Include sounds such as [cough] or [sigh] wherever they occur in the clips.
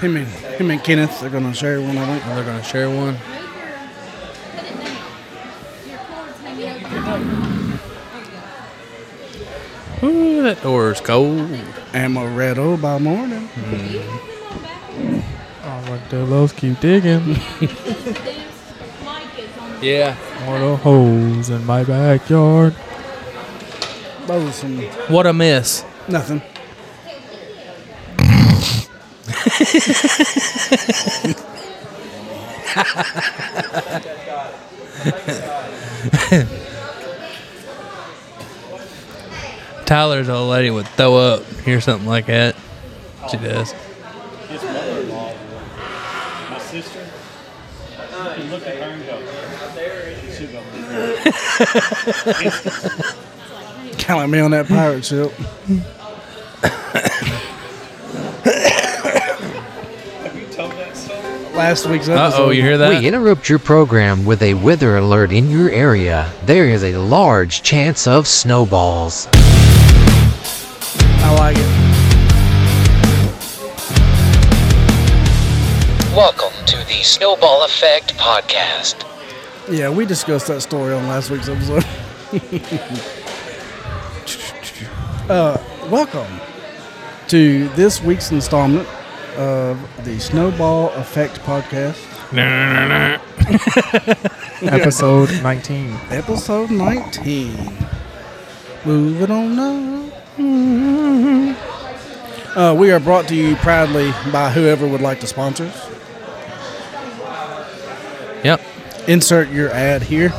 Him and him and Kenneth, they're gonna share one. I think. And they're gonna share one. Ooh, that door is cold. Amaretto by morning. Oh, like the lows keep digging. Yeah. All the holes in my backyard. Those are some What a mess. nothing. Tyler's old lady would throw up, hear something like that. She does. His mother-in-law, my sister. You look at her and go. and she'll go, Kind of like me on that pirate ship. Have you told that story? Last week's Uh episode. oh, you hear We that? interrupt your program with a weather alert in your area. There is a large chance of snowballs. I like it. Welcome to the Snowball Effect Podcast. Yeah, we discussed that story on last week's episode. [laughs] uh, welcome to this week's installment of the Snowball Effect podcast, Episode 19. episode 19. Moving on now. Mm-hmm. Uh, we are brought to you proudly by whoever would like to sponsor us. Yep. Insert your ad here.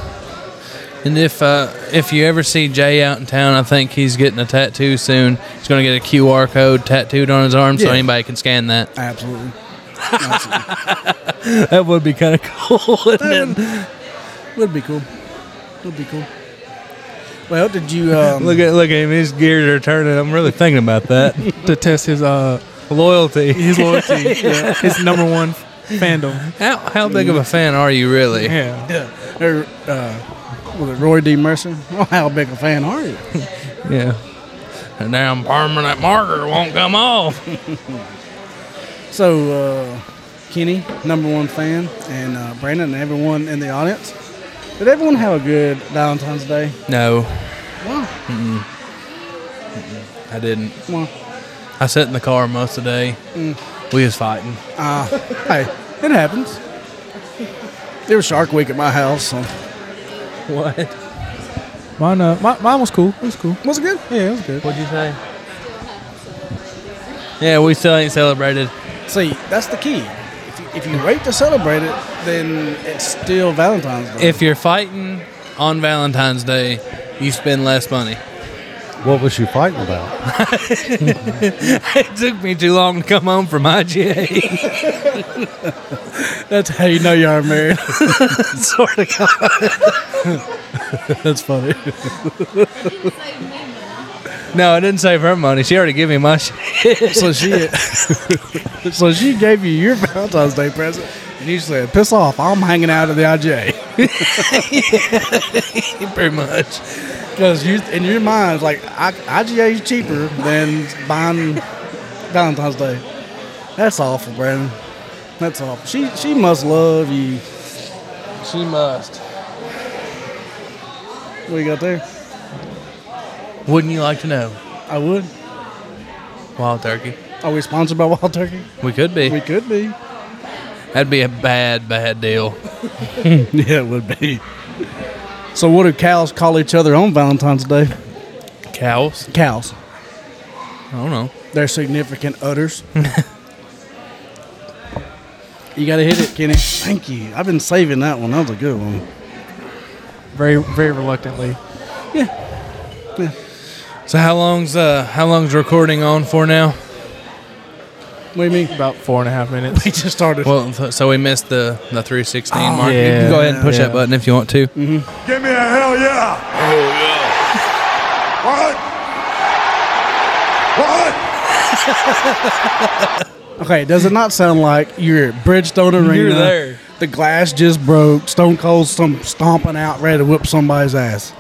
And if uh, if you ever see Jay out in town, I think he's getting a tattoo soon. He's gonna get a QR code tattooed on his arm, so Yeah. anybody can scan that. Absolutely. [laughs] That would be kind of cool, [laughs] wouldn't it? Would be cool. Would be cool. Well, did you [laughs] um, Look at look at him. His gears are turning. I'm really thinking about [laughs] that To test his uh loyalty. his loyalty. yeah, His number one fandom. [laughs] How how big of a fan are you really? Yeah. Or, er, uh, was it Roy D. Mercer? [laughs] Well, how big a fan are you? Yeah. And now I'm permanent marker won't come off. So, uh, Kenny, number one fan, and uh, Brandon, and everyone in the audience. Did everyone have a good Valentine's Day? No, Well, I didn't. well I sat in the car most of the day. We was fighting. uh, hey, it happens. There was Shark Week at my house. So. [laughs] What? Mine uh my, mine was cool. It was cool. Was it good? Yeah, it was good. What'd you say? Yeah, we still ain't celebrated. See, that's the key. If you, if you wait to celebrate it, then it's still Valentine's Day. If you're fighting on Valentine's Day, you spend less money. What was you fighting about? [laughs] it took me too long to come home from IGA. That's how you know you are married. sort of. That's funny. No, I didn't save her money. She already gave me my [laughs] shit. So she, so she gave you your [laughs] Valentine's Day present, and you said, "Piss off! I'm hanging out at the IJ." Pretty much. Because you, in your mind, it's like I, IGA is cheaper than buying Valentine's Day. That's awful, Brandon. That's awful. She, she must love you. She must. What you got there? Wouldn't you like to know? I would. Wild turkey. Are we sponsored by Wild Turkey? We could We be. could be. [laughs] That'd be a bad, bad deal. Yeah, it would be. So, what do cows call each other on Valentine's Day? Cows? Cows. I don't know. Their significant udders. you gotta hit it, Kenny. Thank you. I've been saving that one. That was a good one. Very very reluctantly. So how long's uh how long's recording on for now? What do you mean? About four and a half minutes. He just started. Well, th- so we missed the the 316 mark. yeah. you can go ahead and push Yeah. that button if you want to. Give me a hell yeah! Oh yeah! What? What? Okay, does it not sound like you're at Bridgestone Arena? You're there. The glass just broke. Stone Cold some stomping out, ready to whip somebody's ass.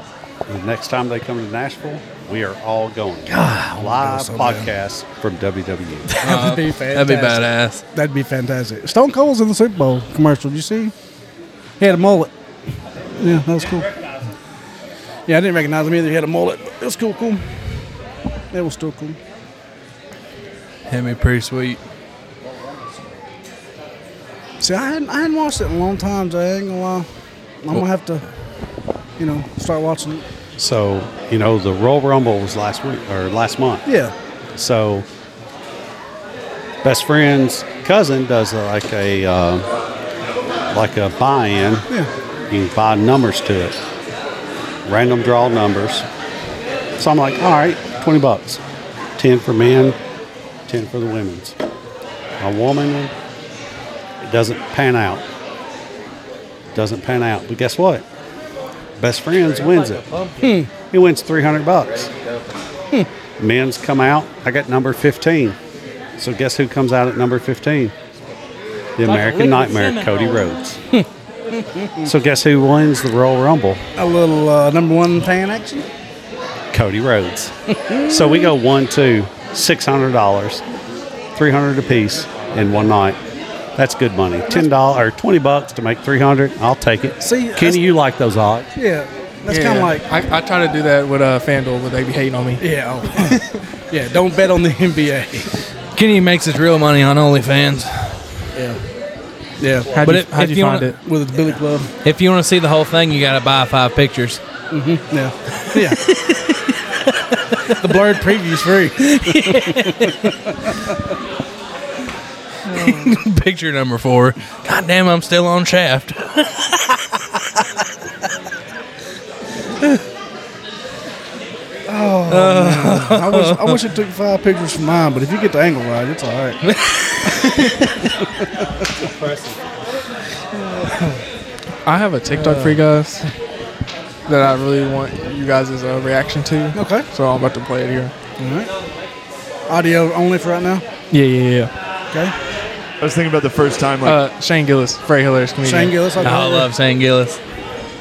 The next time they come to Nashville, We are all going. Live so bad. podcast from E. WWE. That'd be Uh, That'd be fantastic. badass. That'd be fantastic. Stone Cold was in the Super Bowl commercial. Did you see? He had a mullet. Yeah, that was cool. Yeah, I didn't recognize him either. He had a mullet. but It was cool, cool. It was still cool. That'd be pretty sweet. See, I hadn't, I hadn't watched it in a long time, so I ain't gonna lie. I'm gonna have to, you know, start watching it. So, you know, the Royal Rumble was last week or last month. Yeah. So, best friend's cousin does uh, like a uh, like a buy-in. Yeah. You can buy numbers to it, random draw numbers. So I'm like, all right, twenty bucks, ten for men, ten for the women's. A woman, it doesn't pan out. Doesn't pan out. But guess what? Best friends wins it. He wins three hundred bucks. Men's come out. I got number fifteen. So guess who comes out at number fifteen? The American Nightmare, Cody Rhodes. Oh. So guess who wins the Royal Rumble? A little uh, number one fan action. Cody Rhodes. so we go one, two, six hundred dollars, three hundred apiece in one night. That's good money. Ten dollar or twenty bucks to make three hundred. I'll take it. See, that's- Kenny, you like those odds? Yeah. That's kind of like, I, I try to do that with uh, Fanduel, but they be hating on me. yeah. oh. [laughs] yeah, don't bet on the NBA. Kenny makes his real money on OnlyFans. Yeah. Yeah. How'd But you, if- how'd if you, you find wanna- it? With the Billy Club. If you want to see the whole thing, you got to buy five pictures. [laughs] Yeah. Yeah. the blurred preview's free. Picture number four. God damn, I'm still on [laughs] Shaft. I wish, I wish it took five pictures from mine, but if you get the angle right, it's all [laughs] right. I have a TikTok for you guys that I really want you guys' uh, reaction to. Okay. So I'm about to play it here. All right. Audio only for right now. Yeah, yeah, yeah. Okay. I was thinking about the first time like Uh, Shane Gillis, very hilarious comedian. Shane Gillis. Okay. I love St. Gillis.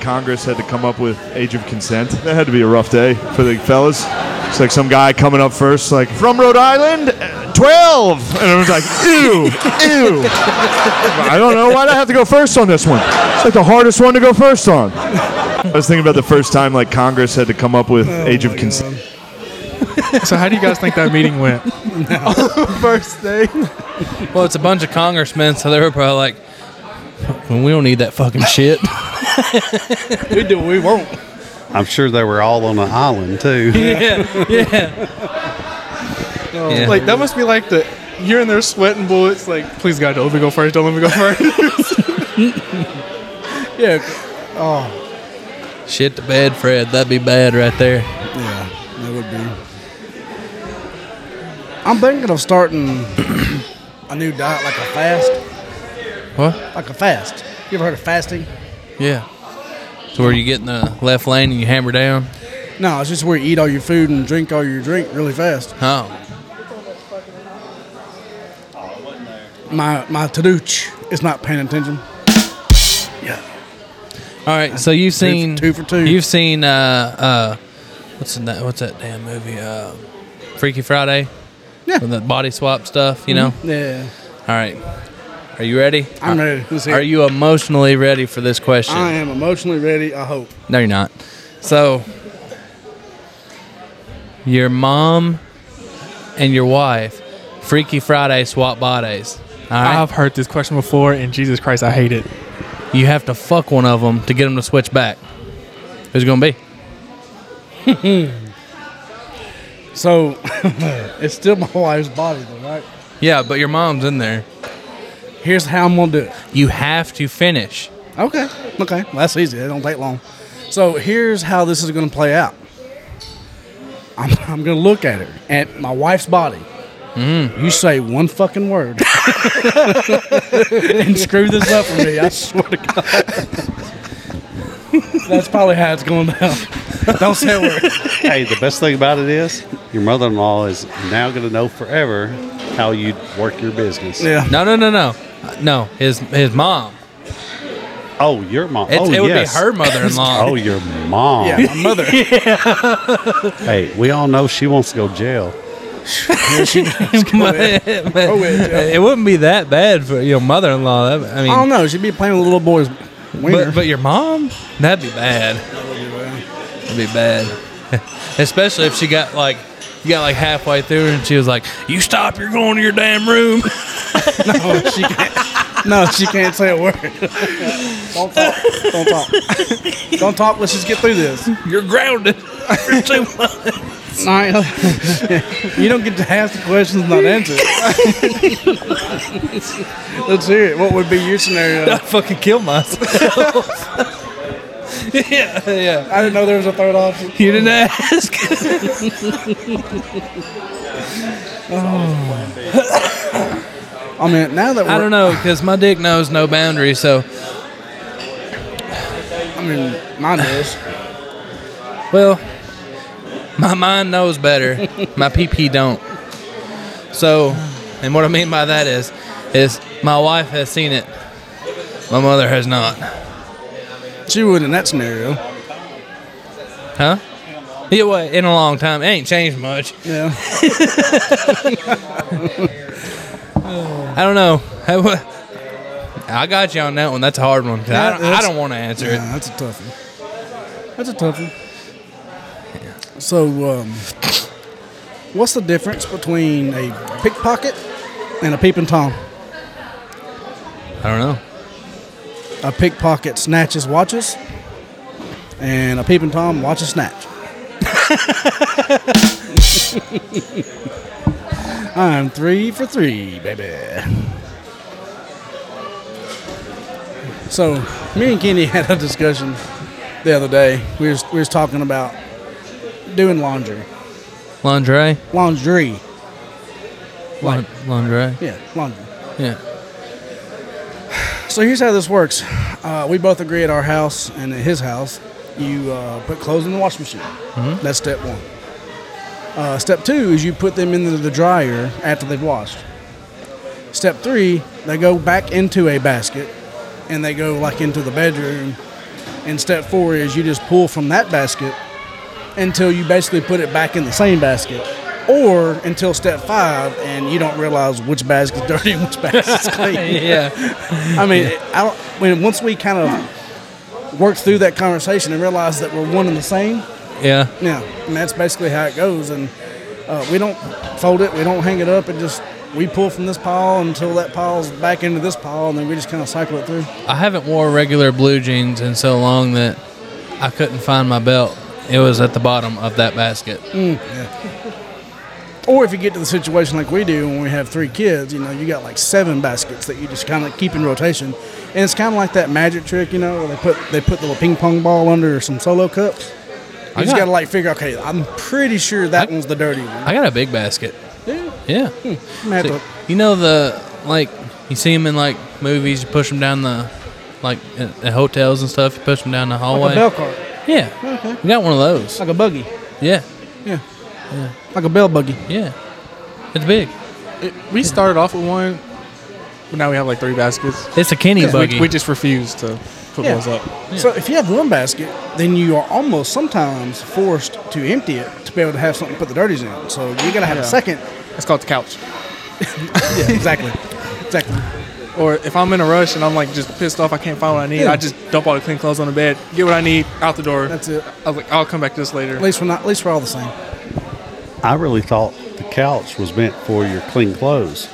Congress had to come up with age of consent. That had to be a rough day for the fellas. It's like some guy coming up first, like from Rhode Island, uh, twelve, and I was like, ew, ew. I don't know why I have to go first on this one. It's like the hardest one to go first on. I was thinking about the first time like Congress had to come up with Oh age of consent. So how do you guys think that meeting went? First day. Well, it's a bunch of congressmen, so they were probably like, "We don't need that fucking shit." We do what we want. I'm sure they were all on an island too. yeah, yeah. [laughs] Yeah. [laughs] Like that must be like the you're in there sweating bullets. Like please God, don't let me go first. Don't let me go first. Yeah. Shit to bed, Fred. That'd be bad right there. Yeah, that would be. I'm thinking of starting a new diet, like a fast. What? Like a fast. You ever heard of fasting? Yeah. So where you get in the left lane and you hammer down? No, it's just where you eat all your food and drink all your drink really fast. Oh, My my Tadooch is not paying attention. all right. So you've for- seen two for two. You've seen uh uh, what's in that? What's that damn movie? Uh, Freaky Friday. Yeah. With the body swap stuff, you know. Yeah, All right. Are you ready? Uh, I'm ready. Let's hear Are it. you emotionally ready for this question? I am emotionally ready. I hope. No, you're not. So, your mom and your wife, Freaky Friday swap bodies. All right? [laughs] I've heard this question before, and Jesus Christ, I hate it. you have to fuck one of them to get them to switch back. Who's it gonna be? So [laughs] it's still my wife's body, though, right? Yeah, but your mom's in there. Here's how I'm gonna do it. You have to finish. Okay. Okay. Well, that's easy. It don't take long. So here's how this is going to play out. I'm, [laughs] I'm going to look at her, at my wife's body. Mm-hmm. You say one fucking word [laughs] and screw this up for me. I swear to God. That's probably how it's going [laughs] down. Don't say a word. hey, the best thing about it is your mother-in-law is now going to know forever how you work your business. Yeah. No, no, no, no, Uh, no. His his mom. Oh, your mom. It's, oh, it would yes. be her mother-in-law. [laughs] Oh, your mom. Yeah, my [laughs] mother. Hey, we all know she wants to go to jail. [laughs] but, but it wouldn't be that bad for your mother-in-law. That- I mean, I don't know. She'd be playing with little boys. Wiener. But, but your mom? That'd be bad. That'd be bad. [laughs] Especially if she got like, you got like halfway through and she was like, "You stop! You're going to your damn room." [laughs] no, she can't. [laughs] No, she can't say a [laughs] word. Don't talk. Don't talk. Don't talk. Let's just get through this. All You're grounded. [laughs] for two months. right. [laughs] you don't get to ask the questions not answered. [laughs] Let's hear it. What would be your scenario? I fucking kill myself. [laughs] yeah, yeah. I didn't know there was a third option. You didn't ask. [laughs] I mean, now that we're, I don't know because my dick knows no boundaries. So, I mean, mine is. well, my mind knows better. My [laughs] PP don't. So, and what I mean by that is, is my wife has seen it. My mother has not. She would in that scenario. Huh? Yeah, well, in a long time. It ain't changed much. Yeah. I don't know. [laughs] I wa- I got you on that one. That's a hard one. 'cause Yeah, I don't, I that's- don't want to answer Yeah, that's a tough one. That's a tough one. So, um, what's the difference between a pickpocket and a peeping tom? it. I don't know. A pickpocket snatches watches, and a peeping tom watches snatch. I'm three for three, baby. So, me and Kenny [laughs] had a discussion the other day. We was, we was talking about doing laundry. Lingerie. Laundry. Lin- lingerie. [laughs] Yeah, laundry. Yeah. So here's how this works. Uh, we both agree at our house and at his house, you uh, put clothes in the washing machine. That's step one. Uh, step two is you put them into the dryer after they've washed. Step three, they go back into a basket and they go like into the bedroom. And step four is you just pull from that basket until you basically put it back in the same basket. Or until step five, and you don't realize which basket's [laughs] dirty and which basket's clean. Yeah. I mean, I don't. When once we kind of worked through that conversation and realized that we're one and the same, Yeah. yeah, and that's basically how it goes. And uh, we don't fold it, we don't hang it up, it just we pull from this pile until that pile's back into this pile, and then we just kind of cycle it through. I haven't wore regular blue jeans in so long that I couldn't find my belt. It was at the bottom of that basket. Or if you get to the situation like we do when we have three kids, you know, you got like seven baskets that you just kind of keep in rotation, and it's kind of like that magic trick, you know, where they put they put the little ping pong ball under some solo cups. You just got- gotta like figure. Okay, I'm pretty sure that one's the dirty one. I got a big basket. Yeah. Yeah. Matt, So, look, you know the like you see them in like movies. You push them down the like at, at hotels and stuff. You push them down the like hallway. a bell cart, yeah. We got one of those. like a buggy, Yeah. like a bell buggy. Yeah. It's big. It, we started off with one, but now we have like three baskets. It's a Kenny buggy. We, we just refuse to put Yeah. those up. So if you have one basket, then you are almost sometimes forced to empty it to be able to have something to put the dirties in. So you gotta have a Yeah. second. It's called the couch. Yeah, exactly, exactly. Or if I'm in a rush and I'm like just pissed off, I can't find what I need. Yeah. I just dump all the clean clothes on the bed, get what I need, out the door. That's it. I was like, I'll come back to this later. At least we're not. At least we're all the same. I really thought the couch was meant for your clean clothes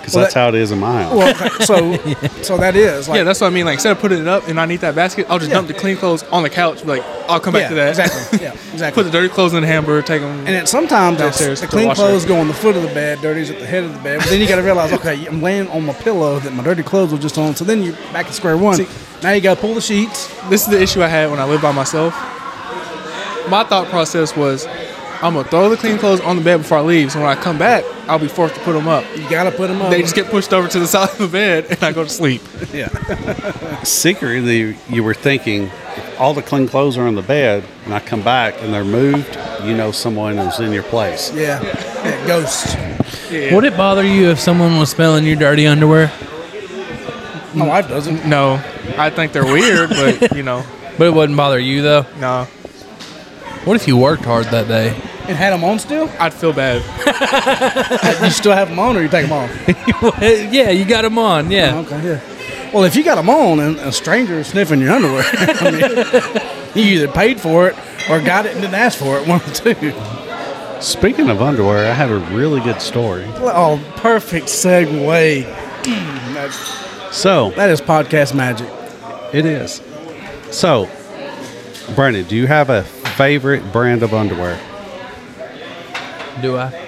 because Well, that's that- how it is in my house. Well, okay, so so that is like yeah, that's what I mean. Like instead of putting it up and I need that basket, I'll just Yeah. dump the clean clothes on the couch. Like I'll come back yeah, to that. exactly. Yeah, [laughs] put exactly. the dirty clothes in the hamper, take them. and it, sometimes it's Downstairs the to clean wash it. clothes go on the foot of the bed, dirties at the head of the bed. But then you got to realize, okay, I'm laying on my pillow that my dirty clothes were just on. So then you're back at square one. See- now you got to pull the sheets. this is the issue I had when I lived by myself. My thought process was, I'm gonna throw the clean clothes on the bed before I leave. So when I come back, I'll be forced to put them up. You got to put them on. They just get pushed over to the [laughs] side of the bed, and I go to sleep. secretly you were thinking if all the clean clothes are on the bed and i come back and they're moved you know someone is in your place yeah, yeah, ghost. Would it bother you if someone was smelling your dirty underwear? My wife doesn't. No, I think they're weird, but you know, But it wouldn't bother you though. no, What if you worked hard that [laughs] day? And had them on still? I'd feel bad. You still have them on, or you take them off? yeah, you got him on. Yeah. Okay, yeah. Well, if you got them on and a stranger is sniffing your underwear, [laughs] I mean, you either paid for it or got it and didn't ask for it. One of the two. Speaking of underwear, I have a really good story. Oh, perfect segue. Mm, that's- So that is podcast magic. it is. So, Brandon, do you have a favorite brand of underwear? Uh-huh. Do I?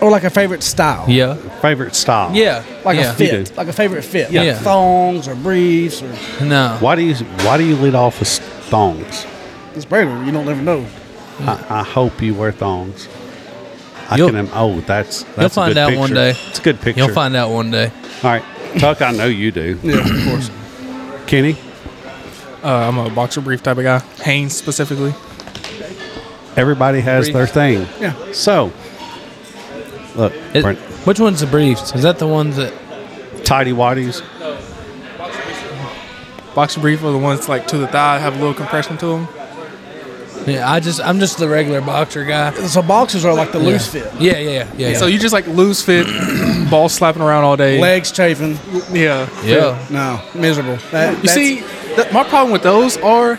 Or like a favorite style. Yeah. Favorite style? Yeah. Like yeah. a You fit. do. Like a favorite fit. Yeah. Like thongs or briefs or No. Why do you Why do you lead off with thongs? it's braver. You don't ever know. I, I hope you wear thongs. I You'll- can. im- Oh, that's. that's a find good out one picture. day. It's a good picture. You'll find out one day. All right, Tuck. I know you do. Yeah, of course. Kenny, Uh, I'm a boxer brief type of guy. Hanes specifically. everybody has their thing. Yeah. So, look, It- Brent, which one's the briefs? Is that the ones that? tidy waddies. Boxer brief are the ones like to the thigh, have a little compression to them. Yeah, I just I'm just the regular boxer guy. So boxers are like the loose fit. Yeah, yeah, yeah. yeah, So you just like loose fit, [clears throat] ball slapping around all day. Legs chafing. Yeah. yeah. No, miserable. That, You that's- see, th- my problem with those are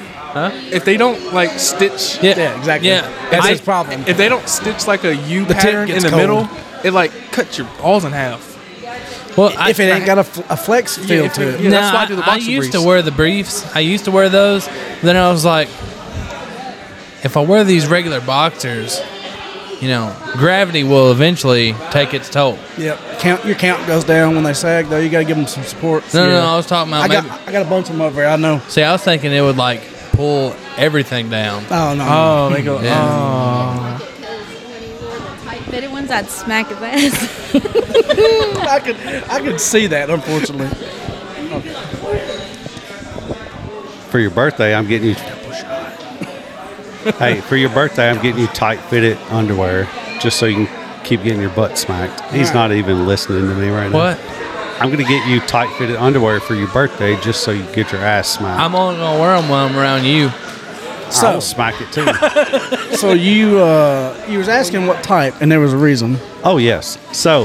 if they don't like stitch. Yeah. Yeah, exactly. Yeah. That's I- his problem. If they don't stitch like a U The tip pattern in gets the cold. middle, it like cuts your balls in half. Well, I, if it ain't got a, f- a flex feel if to it- it. yeah. that's no, why I do the I, I boxer used to briefs. wear the briefs. I used to wear those. Then I was like, if I wear these regular boxers, you know, gravity will eventually take its toll. Yep. Count your count goes down when they sag though. You got to give them some support. No, no, no. I was talking about I maybe. got I got a bunch of them over here. I know. see, I was thinking it would like pull everything down. Oh no. Oh, they go. Yeah. Oh. Tight fitted ones, I'd smack his ass. oh. [laughs] I could I could see that unfortunately. For your birthday, I'm getting you. hey, for your birthday, I'm getting you tight fitted underwear just so you can keep getting your butt smacked. He's not even listening to me right What? now. I'm going to get you tight fitted underwear for your birthday just so you get your ass smacked. I'm only gonna wear them when I'm around you. So I'll smack it too. so you uh you was asking what type and there was a reason. oh yes. So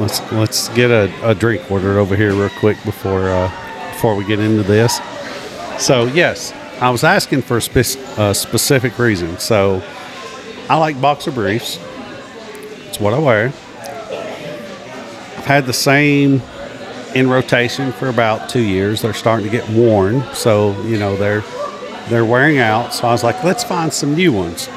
let's let's get a, a drink ordered over here real quick before uh, before we get into this. So yes, I was asking for a spec- a specific reason. So I like boxer briefs. It's what I wear. I've had the same in rotation for about two years. They're starting to get worn, so you know they're they're wearing out. So I was like, let's find some new ones.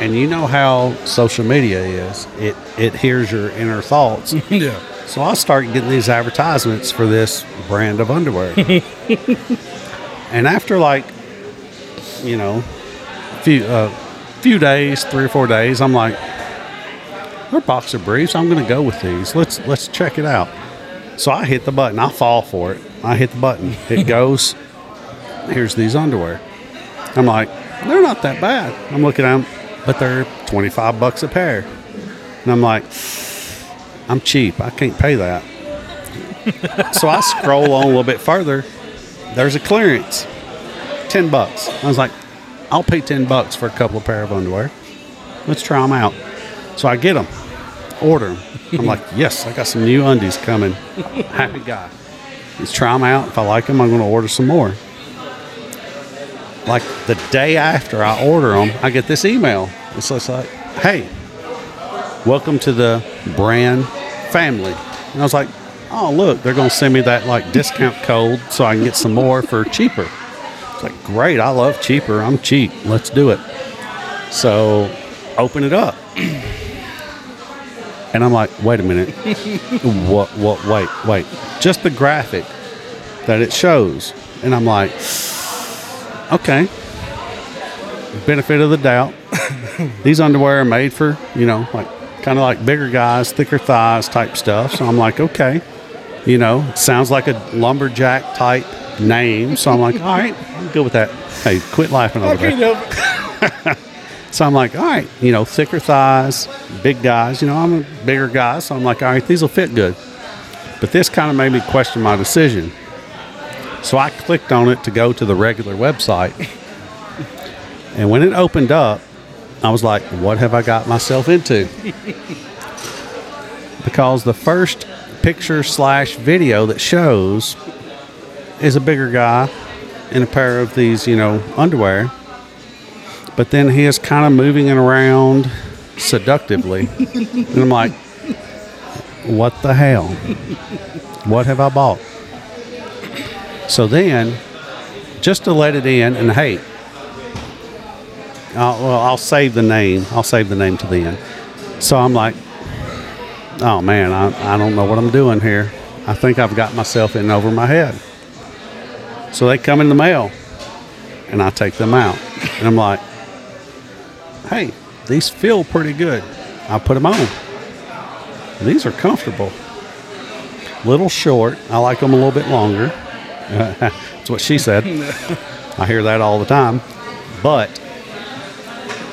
And you know how social media is; it it hears your inner thoughts. yeah. So I started getting these advertisements for this brand of underwear. and after like, you know, a few, uh, few days, three or four days, I'm like, they're boxer briefs. I'm going to go with these. Let's let's check it out. So I hit the button. I fall for it. I hit the button. It goes. Here's these underwear. I'm like, they're not that bad. I'm looking at them, but they're 25 bucks a pair. And I'm like, I'm cheap. I can't pay that. [laughs] so I scroll on a little bit further. There's a clearance, ten bucks. I was like, I'll pay ten bucks for a couple of pair of underwear. Let's try them out. So I get them, order them. I'm like, [laughs] yes, I got some new undies coming. Happy guy. Let's try them out. If I like them, I'm going to order some more. Like the day after I order them, I get this email. It's just like, hey, welcome to the brand family. And I was like, oh, look, they're going to send me that like discount code so I can get some more for cheaper. It's like, great, I love cheaper. I'm cheap. Let's do it. So open it up. And I'm like, wait a minute. what, what, wait, wait. Just the graphic that it shows. And I'm like, okay. Benefit of the doubt these underwear are made for you know like kind of like bigger guys thicker thighs type stuff so i'm like okay you know it sounds like a lumberjack type name so i'm like all right i'm good with that hey quit laughing over there [laughs] so i'm like all right you know thicker thighs big guys you know i'm a bigger guy so i'm like all right these will fit good but this kind of made me question my decision So I clicked on it to go to the regular website. And when it opened up, I was like, what have I got myself into? [laughs] because the first picture slash video that shows is a bigger guy in a pair of these, you know, underwear. But then he is kind of moving it around seductively. and I'm like, what the hell? What have I bought? So then, just to let it in, and hey, I'll, well, I'll save the name. I'll save the name to the end. So I'm like, oh man, I, I don't know what I'm doing here. I think I've got myself in over my head. So they come in the mail, and I take them out, and I'm like, hey, these feel pretty good. I put them on. These are comfortable. Little short. I like them a little bit longer. That's what she [laughs] said. I hear that all the time. But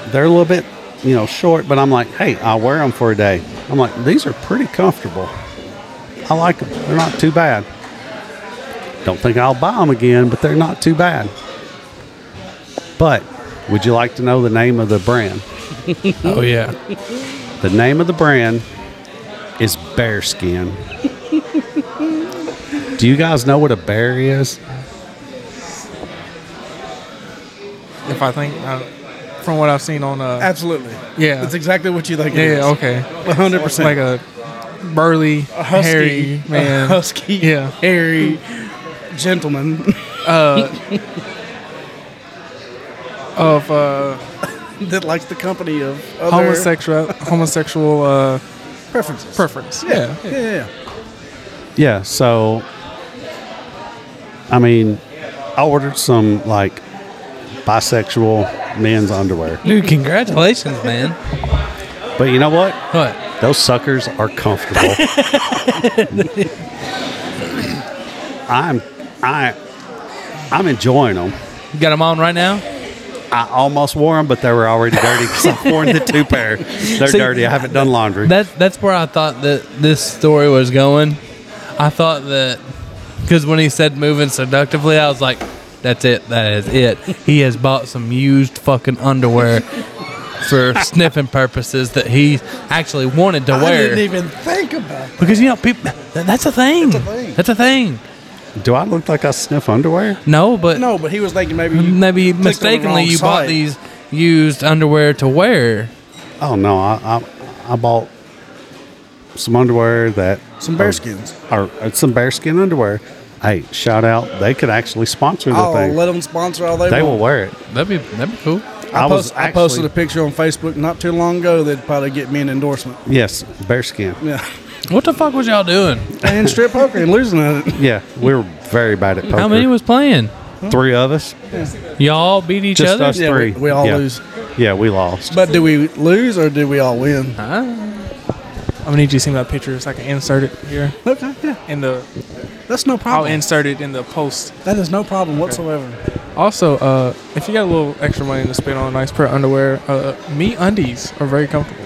they're a little bit, you know, short, but I'm like, hey, I'll wear them for a day. I'm like, these are pretty comfortable. I like them. They're not too bad. Don't think I'll buy them again, but they're not too bad. But would you like to know the name of the brand? [laughs] Oh yeah. The name of the brand is [laughs] Bearskin. Do you guys know what a bear is? If I think, uh, from what I've seen on, uh, Absolutely. Yeah. That's exactly what you like. yeah, okay, hundred percent. like a burly, A husky, hairy a man. husky, Yeah. hairy gentleman. [laughs] of uh, that likes the company of other homosexual homosexual uh, preferences. preference. yeah, yeah, yeah. Yeah, so I mean, I ordered some like bisexual men's underwear. Dude, congratulations, man. But you know what? What? Those suckers are comfortable. I'm I I'm enjoying them. You got them on right now? I almost wore them, but they were already dirty because I've worn the two pair. They're See, dirty. I haven't done laundry. That's that's where I thought that this story was going. I thought that because when he said moving seductively, I was like, "That's it. That is it." He has bought some used fucking underwear [laughs] for sniffing purposes that he actually wanted to I didn't wear. even think about it. Because you know, people. that- That's a thing. That's a thing. Do I look like I sniff underwear? No, but No, but he was thinking maybe you maybe clicked on the mistakenly wrong you bought site. these used underwear to wear. Oh no, I I, I bought some underwear that some bearskins. or uh, some bearskin underwear. Hey, shout out! They could actually sponsor the I'll thing. Oh, let them sponsor all they, they will want. wear it. That'd be that'd be cool. I, was Post- actually, I posted a picture on Facebook not too long ago that'd probably get me an endorsement. [laughs] yes, bearskin. Yeah, What the fuck was y'all doing? and strip poker and losing at it. Yeah, we were very bad at poker. How many was playing? three of us? Y'all beat each Just other. us Yeah, three. we- we all Yeah. lose. Yeah, we lost. But do we lose or do we all win? I'm gonna need you to send me that picture so I can insert it here Okay, yeah, in the. that's no I'll problem. insert it in the post. that is no problem whatsoever. Also, uh, if you got a little extra money to spend on a nice pair of underwear, uh, me undies are very comfortable.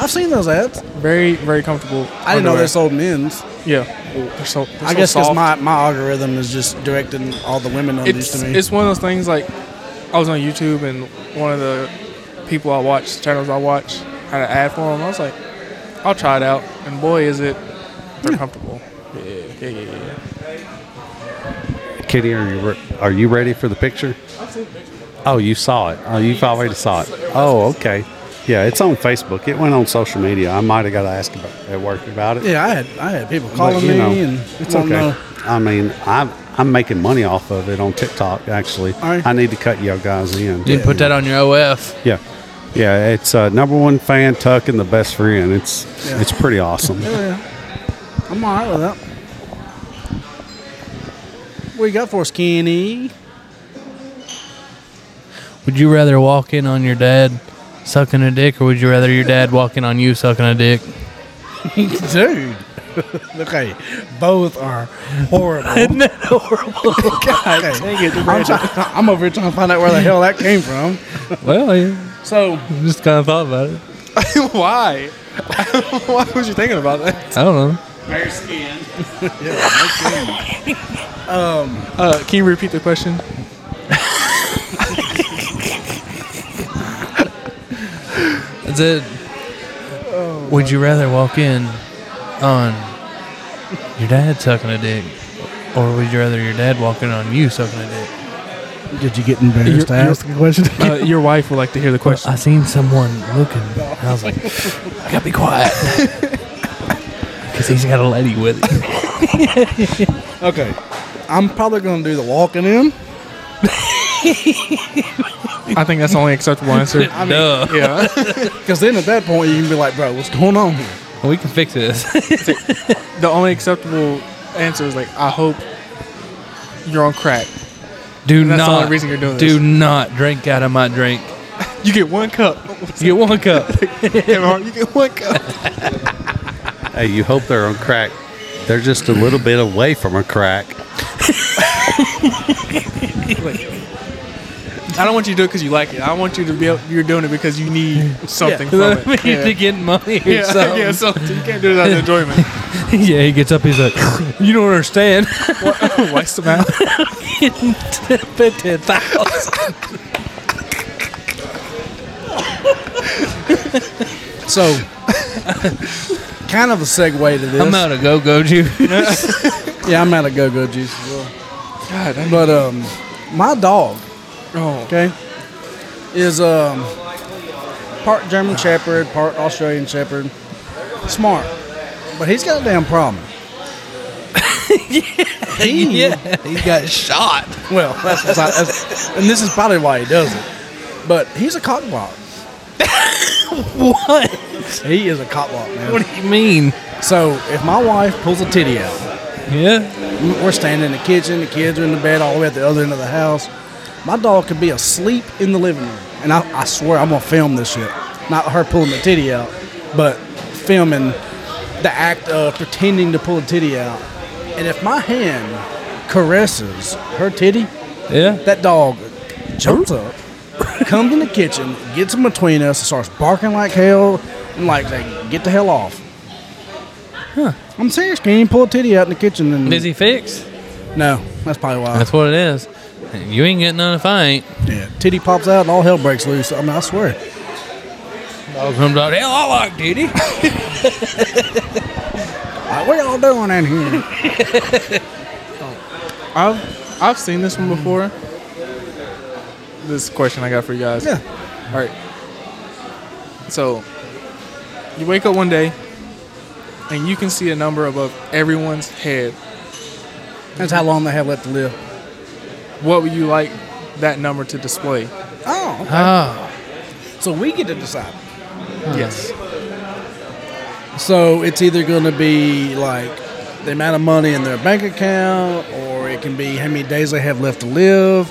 I've seen those ads. Very, very comfortable. I didn't know underwear. they sold men's. Yeah, they're so. They're I so guess because soft. my, my algorithm is just directing all the women on these it's to me. it's one of those things like I was on YouTube and one of the people I watch channels I watch had an ad for them. I was like, I'll try it out, and boy, is it Hmm. they're comfortable. Yeah, yeah, yeah, yeah. Kitty, are you re- are you ready for the picture? Oh, you saw it. Oh, you've already saw it. Oh, okay. Yeah, it's on Facebook. It went on social media. I might have got to ask about, at work about it. Yeah, I had I had people But, calling you me, know, and it's wanting okay. to- I mean, I'm I'm making money off of it on TikTok. Actually, Are you? I need to cut y'all guys in. Dude, put that on your OF. Yeah, yeah. It's uh, number one fan tuck and the best friend. It's Yeah. it's pretty [laughs] awesome. I'm all right with that. What you got for us, Kenny? Would you rather walk in on your dad sucking a dick, or would you rather your dad walk in on you sucking a dick? [laughs] Dude. [laughs] okay, both are horrible. [laughs] Isn't that [laughs] horrible? God dang it, I'm, try- I'm over here trying to find out where the hell that came from. Well, yeah, [laughs] So, just kind of thought about it. Why? Why was you thinking about that? I don't know. Bare skin. Uh, can you repeat the question? That's it. Would you rather walk in on your dad sucking a dick, or would you rather your dad walk in on you sucking a dick? Did you get embarrassed to You're- ask the question? Uh, your wife would like to hear the question. I seen someone looking, and I was like, I gotta be quiet. Because he's got a lady with him. okay. I'm probably going to do the walking in. I think that's the only acceptable [laughs] answer. [laughs] Duh. yeah. Because then at that point, you can be like, bro, what's going on here? We can fix this. The only acceptable answer is like, I hope you're on crack. [laughs] Do That's the not. only reason you're doing do this. not drink out of my drink. You get one [laughs] cup. You get one cup. [laughs] you get one cup. Hey, you hope they're on crack. They're just a little bit away from a crack. I don't want you to do it because you like it. I want you to be. Able, you're doing it because you need [laughs] something from it. Yeah. to get money or Yeah, something. [laughs] yeah, something. You can't do it without the enjoyment. Yeah, he gets up. He's like, "You don't understand." What's the matter? Fifteen thousand. [laughs] So, [laughs] kind of a segue to this. I'm out of go-go juice. Yeah, I'm out of go go juice as well. God, I- But um, my dog, oh, okay, is um part German Shepherd, part Australian Shepherd. Smart, but he's got a damn [laughs] problem. yeah, he got shot. Well, that's, that's, that's and this is probably why he does it. But he's a cockblock. [laughs] What? He is a cockblock, man. [laughs] What do you mean? So if my wife pulls a titty out, Yeah. we're standing in the kitchen, the kids are in the bed, all the way at the other end of the house. My dog could be asleep in the living room, and I, I swear I'm gonna film this shit. Not her pulling the titty out, but filming the act of pretending to pull a titty out. And if my hand caresses her titty, Yeah. that dog jumps up, comes in the kitchen, gets in between us, and starts barking like hell, and like, like get the hell off. Huh. I'm serious. Can you pull a titty out in the kitchen? And Is he fixed? No, that's probably why. That's what it is. You ain't getting none if I ain't. yeah, titty pops out and all hell breaks loose. I mean, I swear. Dog comes out. Hell, I like duty. Like, what y'all doing in here? I've I've seen this one before. This question I got for you guys. Yeah. All right. So, you wake up one day, and you can see a number above everyone's head. That's how long they have left to live. What would you like that number to display? Oh, Ah. so we get to decide. Yes. So it's either going to be like the amount of money in their bank account, or it can be how many days they have left to live.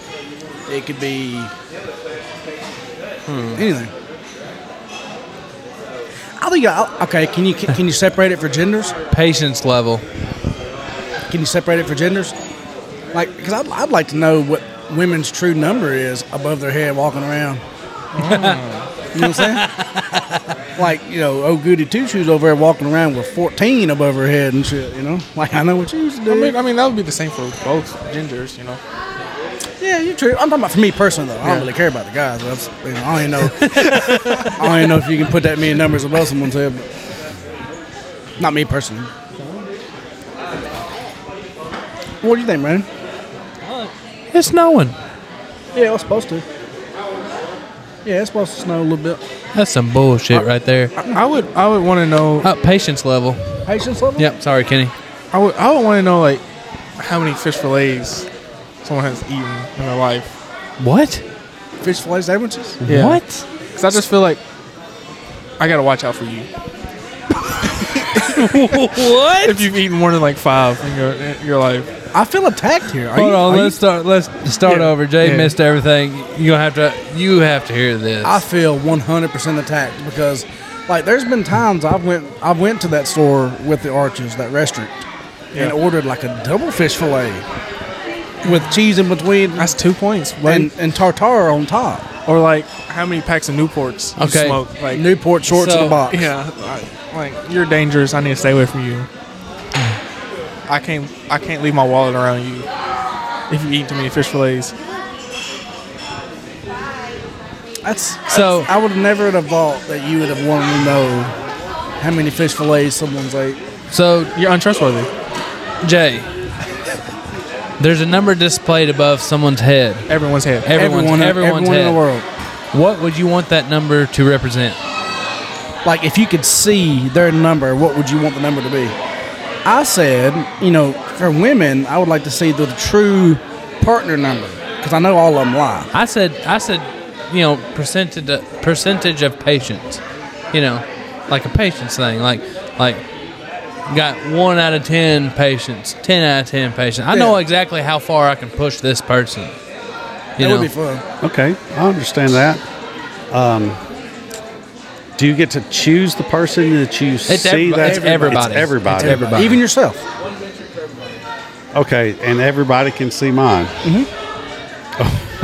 It could be anything. I think I, okay. Can you can you separate it for genders? Patience level. Can you separate it for genders? Like, because I'd, I'd like to know what women's true number is above their head walking around. Oh. you know what I'm [laughs] saying? like, you know, oh, goody two shoes over there walking around with 14 above her head and shit, you know? Like, I know what you used to do. I mean, I mean that would be the same for both genders, you know. yeah, you're true. I'm talking about for me personally, though. I don't really care about the guys. That's, you know, I don't even [laughs] know. I don't even know if you can put that many numbers above someone's head. But not me personally. What do you think, man? It's snowing. Yeah, it's supposed to. Yeah, it's supposed to snow a little bit. That's some bullshit right there. I, I would I would want to know. Uh, patience level. Patience level? Yep. Sorry, Kenny. I would I would want to know like how many fish fillets someone has eaten in their life. What? Fish fillet sandwiches? What? Because I just feel like I gotta watch out for you. what? If you've eaten more than like five in your in your life, I feel attacked here. Are Hold you- on, are you- let's start. Let's start Yeah. over. Jay Yeah. missed everything. You gonna have to. You have to hear this. I feel 100% attacked because, like, there's been times I've went I went to that store with the Arches, that restaurant, and ordered like a double fish fillet with cheese in between that's two points. buddy. and, and tartare on top. or like how many packs of Newports you Okay. smoke? Like Newport shorts in So- a box. yeah, like, like, you're dangerous. I need to stay away from you. I can't I can't leave my wallet around you if you eat too many fish fillets. That's So I would never have thought that you would have wanted to know how many fish fillets someone's ate. so You're untrustworthy. Jay, there's a number displayed above someone's head. Everyone's head. Everyone's, everyone, everyone's everyone head. in the world. What would you want that number to represent? Like if you could see their number, what would you want the number to be? I said, you know, for women, I would like to see the true partner number because I know all of them lie. I said, I said, you know, percentage percentage of patients, you know, like a patience thing, like like got one out of ten patients, ten out of ten patients. I know Yeah. exactly how far I can push this person. You That know, would be fun. Okay, I understand that. Um, do you get to choose the person that you It's see? everybo- that it's everybody. It's everybody. It's everybody. Even yourself. Okay, and everybody can see mine. Mm-hmm. [laughs]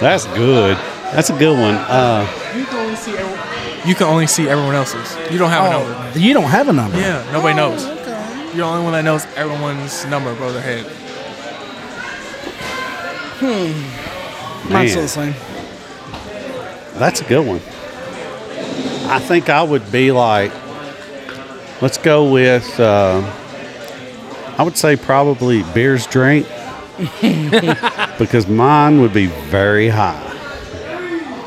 that's good. That's a good one. Uh, You can only see every- you can only see everyone else's. You don't have a number. Oh, you don't have a number. Yeah, nobody knows. You're the only one that knows everyone's number above their head. Mine's still Man. the same. that's a good one. I think I would be like, let's go with. Uh, I would say probably [laughs] beers drink because mine would be very high.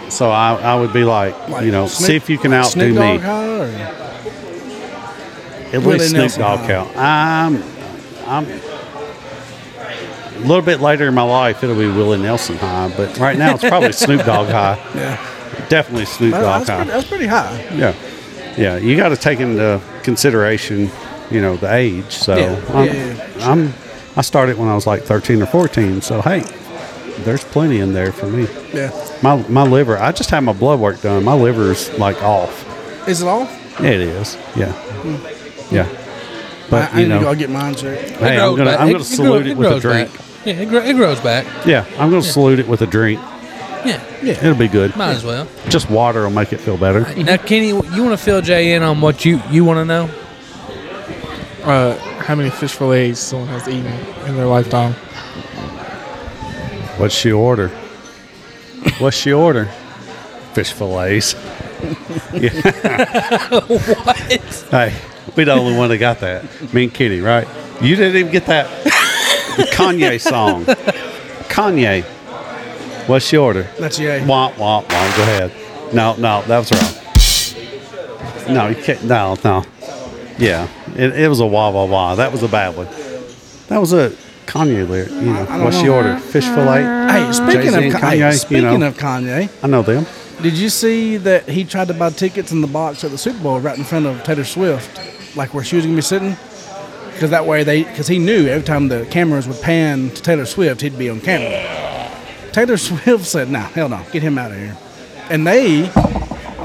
So I, I would be like, Like you know, Snoop- see if you can outdo Snoop me. Dogg high or- At Willie least Snoop Nelson Dogg high. count. I'm, I'm a little bit later in my life. It'll be Willie Nelson high, but right now [laughs] it's probably Snoop Dogg high. Yeah. Definitely Snoop That- Dogg that's, pretty, high. that's pretty high. Yeah, yeah. You got to take into consideration, you know, the age. So Yeah, I'm, yeah, I'm, I started when I was like 13 or 14. So hey, there's plenty in there for me. Yeah. My my liver. I just had my blood work done. My liver's like off. Is it all? It is. Yeah. Yeah. But Hmm. I, I need you know, to go get mine checked. It Hey, I'm grows gonna back. I'm It- gonna it salute grows- it with a grows drink. back. Yeah, it, gro- it grows back. Yeah, I'm gonna salute it with a drink. Yeah, It'll be good. might as well. Just water will make it feel better. Now, Kenny, you want to fill Jay in on what you you want to know? Uh, how many fish fillets someone has eaten in their lifetime? What's she order? What's she order? Fish fillets. What? Hey, we the only one that got that. Me and Kitty, right? You didn't even get that Kanye song. Kanye. What's she order? That's yay. Womp womp womp. Go ahead. No, no, that was wrong. No, you can't. No, no. Yeah, it, it was a wah wah wah. That was a bad one. That was a Kanye lyric. You know, don't what's she know. ordered? Fish fillet. Hey, speaking Jay-Z and of Kanye, Kanye, you speaking know. of Kanye, I know them. did you see that he tried to buy tickets in the box at the Super Bowl right in front of Taylor Swift, like where she was gonna be sitting? Because that way they, because he knew every time the cameras would pan to Taylor Swift, he'd be on camera. Taylor [laughs] Swift said, "Nah, hell no, get him out of here." And they,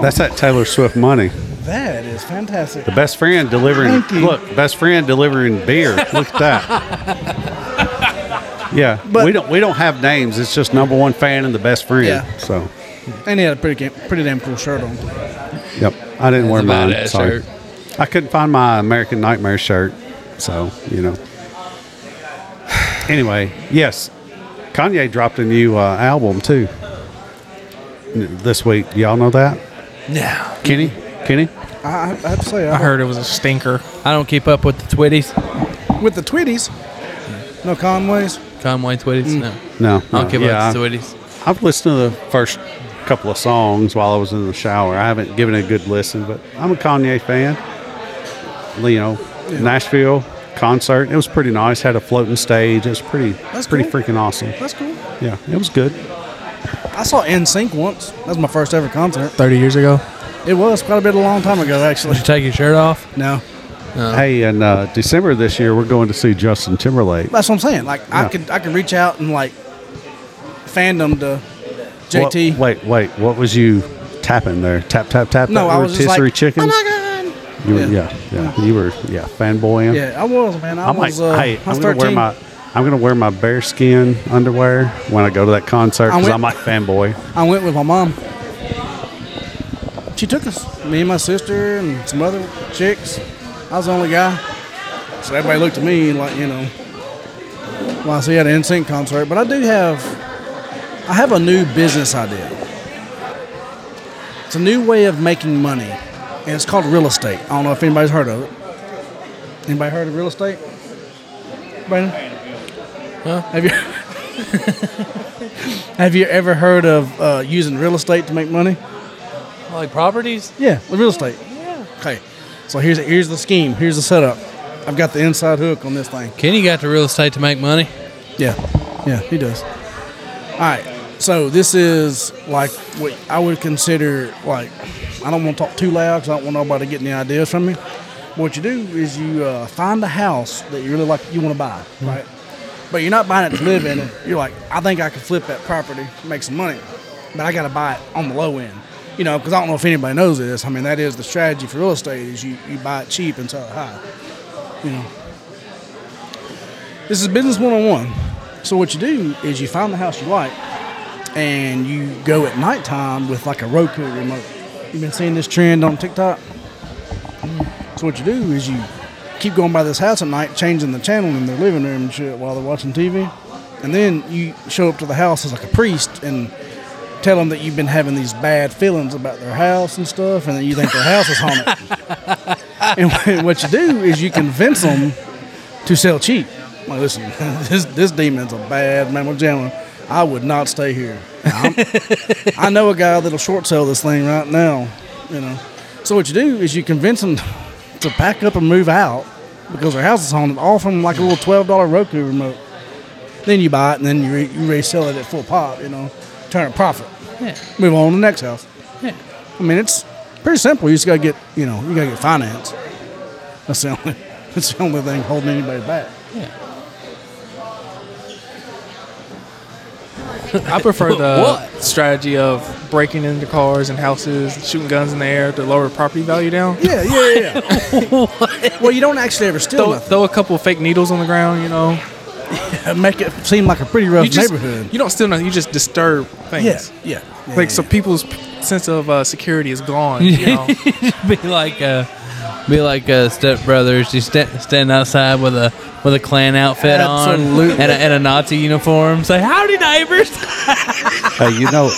That's that Taylor Swift money. that is fantastic. The best friend delivering. Thank you. Look, best friend delivering beer. Look at that. [laughs] Yeah, But- we don't we don't have names. It's just number one fan and the best friend. Yeah. So, And he had a pretty, ca- pretty damn cool shirt on. yep. I didn't wear a mine. badass Sorry. shirt. I couldn't find my American Nightmare shirt. So you know. [sighs] Anyway, yes, Kanye dropped a new uh, album too n- this week. Y'all know that? No, Kenny, Kenny. I, I have to say, I, I heard it was a stinker. I don't keep up with the Twitties. with the Twitties, no Conways. Conway Twitties. No, No, I no, don't keep yeah, up I- with the Twitties. I've listened to the first couple of songs while I was in the shower. I haven't given it a good listen, but I'm a Kanye fan. You know, Nashville concert. It was pretty nice. Had a floating stage. It was pretty, That's pretty cool. freaking awesome. That's cool. Yeah, it was good. I saw NSYNC once. That was my first ever concert. Thirty years ago. It was quite a bit a long time ago, actually. [laughs] Did you take your shirt off? No, Hey, in uh, December this year, we're going to see Justin Timberlake. that's what I'm saying. Like I Yeah. could, I could reach out and like fandom to JT. What- wait, wait. What was you tapping there? Tap, tap, tap. No, that I was just rotisserie like, chickens. Oh my god! You were, Yeah. yeah. yeah, You were, yeah, fanboying. Yeah, I was man. I I'm like, was. uh, hey, I was I'm gonna wear 13. my, I'm gonna wear my bearskin underwear when I go to that concert I because went- I'm like fanboy. I went with my mom. She took us, me and my sister and some other chicks. I was the only guy. So everybody looked at me like, you know, well, I see at an NSYNC concert. But I do have, I have a new business idea. It's a new way of making money, and it's called real estate. I don't know if anybody's heard of it. Anybody heard of real estate? Brandon? Have you? [laughs] Have you ever heard of uh, using real estate to make money? Like properties? Yeah, with real estate. Yeah. Okay. So here's here's the scheme. Here's the setup. I've got the inside hook on this thing. Kenny got to real estate to make money. [laughs] Yeah. Yeah, he does. All right. So this is like what I would consider like I don't want to talk too loud because I don't want nobody getting the ideas from me. What you do is you uh, find a house that you really like you want to buy, right? But you're not buying it to live in. it. You're like, I think I could flip that property, make some money, but I got to buy it on the low end, you know? Because I don't know if anybody knows this. I mean, that is the strategy for real estate: is you, you buy it cheap and sell it high, you know. This is business one on one. So what you do is you find the house you like, and you go at nighttime with like a Roku remote. You've been seeing this trend on TikTok. So what you do is you keep going by this house at night, changing the channel in their living room and shit while they're watching TV, and then you show up to the house as like a priest and tell them that you've been having these bad feelings about their house and stuff, and then you think their house is haunted. and [laughs] what you do is you convince them to sell cheap. Like, listen, [laughs] this this demon's a bad man. Well, gentlemen, I would not stay here. I'm- I know a guy that'll short sell this thing right now. You know, so what you do is you convince them to pack up and move out because their house is haunted, all from like a little twelve dollar Roku remote. Then you buy it and then you, re- you resell it at full pop. You know, turn a profit. Yeah. Move on to the next house. I mean, it's pretty simple. You just gotta get you know you gotta get finance. That's the only [laughs] that's the only thing holding anybody back. I prefer the What? strategy of breaking into cars and houses, and shooting guns in the air to lower property value down. Yeah, yeah, yeah. Well, you don't actually ever steal Throw, nothing. throw a couple of fake needles on the ground, you know. make it seem like a pretty rough You just neighborhood. you don't steal nothing. You just disturb things. Yeah, yeah. yeah, Like yeah, so, people's p- sense of uh, security is gone. You know? be like uh be like uh stepbrothers. You sta stand outside with a with a clan outfit Absolutely. on and a, and a Nazi uniform. Say howdy neighbors. [laughs] Hey, you know,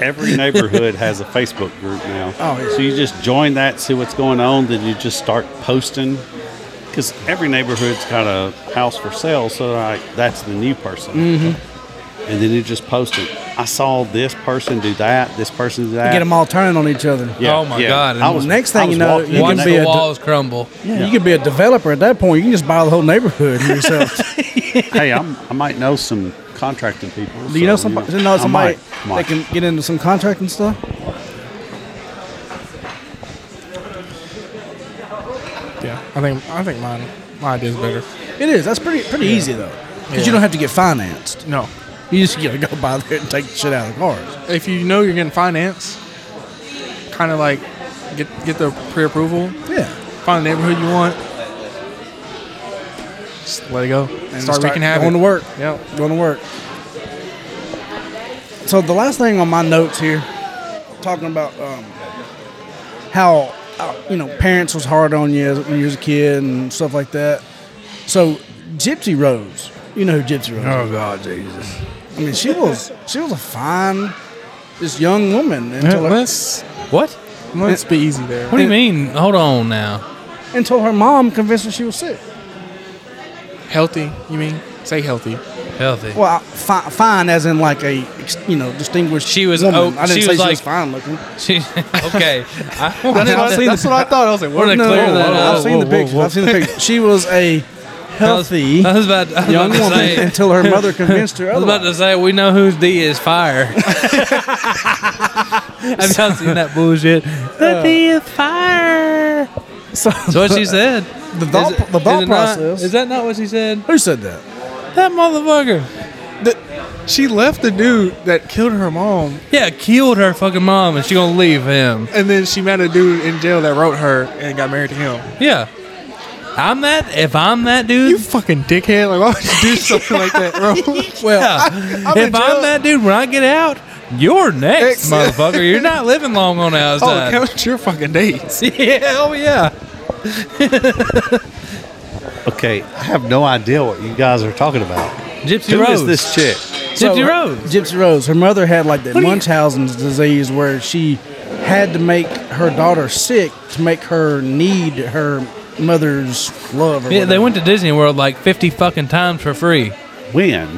every neighborhood has a Facebook group now. Oh, yeah. So you just join that, see what's going on, then you just start posting. Because every neighborhood's kind of house for sale, so like, that's the new person. Mm-hmm. And then you just post it. I saw this person do that, this person do yeah. that. get them all turning on each other. Oh my God, I and was, next I thing was you know, walking you in can Watch that- be the a- walls crumble. Yeah, you could be a developer at that point. You can just buy the whole neighborhood yourself. hey, I'm, I might know some contracting people. Do you know so, somebody? You know I somebody might, that might. can get into some contract and stuff? [laughs] yeah, I think I think mine my idea's better. It is. That's pretty pretty easy though, because you don't have to get financed. No, You just gotta go by there and take the shit out of the cars. if you know you're getting finance, kind of like get get the pre-approval, Yeah. find the neighborhood you want, just let it go, And start, wreaking havoc. going to work. Yep. Going to work. So the last thing on my notes here, talking about um, how uh, you know parents was hard on you as, when you was a kid and stuff like that. So Gypsy Rose, you know who Gypsy Rose? Oh God, Jesus! I mean, she was she was a fine, this young woman until her, Eh, Let's What? let's be easy there. Eh, What do you mean? Hold on now. until her mom convinced her she was sick. Healthy? You mean say healthy? Healthy. Well, fi- fine as in like a ex- you know distinguished. She was- Woman. oh, I didn't she say was she like- was fine looking. [laughs] She, [laughs] [laughs] okay. I, I've seen That's the- what I thought. I [laughs] was like, We're what? gonna clear that I've up. seen the pictures. I've seen the pictures. She was a healthy I was about, I was young about to woman [laughs] say. until her mother convinced her I was about otherwise. to say we know whose D is fire. [laughs] Have y'all seen that bullshit? The D is fire. So That's what she said. the thought, Is it- the is thought it not- process. is that not what she said? who said that? That motherfucker. She left the dude that killed her mom, Yeah, killed her fucking mom, and she gonna leave him. and then she met a dude in jail that wrote her and got married to him. Yeah. I'm that. If I'm that dude, You fucking dickhead! Like, why would [laughs] you do something like that, [laughs] bro? well, I'm if in jail. I'm that dude, when I get out, you're next, Next. motherfucker. You're not living long on the [laughs] Oh, outside. oh, count your fucking dates. yeah, oh yeah. Okay, I have no idea what you guys are talking about. Gypsy Who Rose. is this chick? Gypsy Rose. Gypsy Rose. Her mother had like that Munchausen's disease where she had to make her daughter sick to make her need her mother's love. Or Yeah, they whatever. went to Disney World like 50 fucking times for free. When?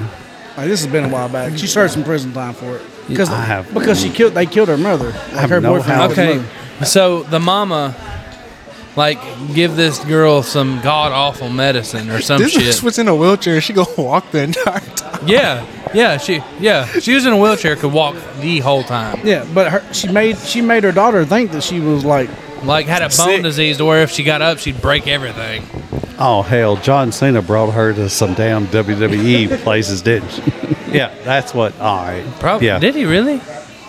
Like, this has been a while back. She served some prison time for it because I have- because she killed. They killed her mother. Like have her no boyfriend. house. killed her Okay, mother. so the mama, like, give this girl some god awful medicine or some This shit. bitch was in a wheelchair. She gonna walk the entire time. yeah, yeah, she, yeah, she was in a wheelchair, could walk the whole time. Yeah, but her, she made she made her daughter think that she was like Like, had a bone Sick. disease to where if she got up, she'd break everything. Oh hell, John Cena brought her to some damn [laughs] WWE places, didn't she? Yeah, that's what. All right, Probably. Yeah, Did he really?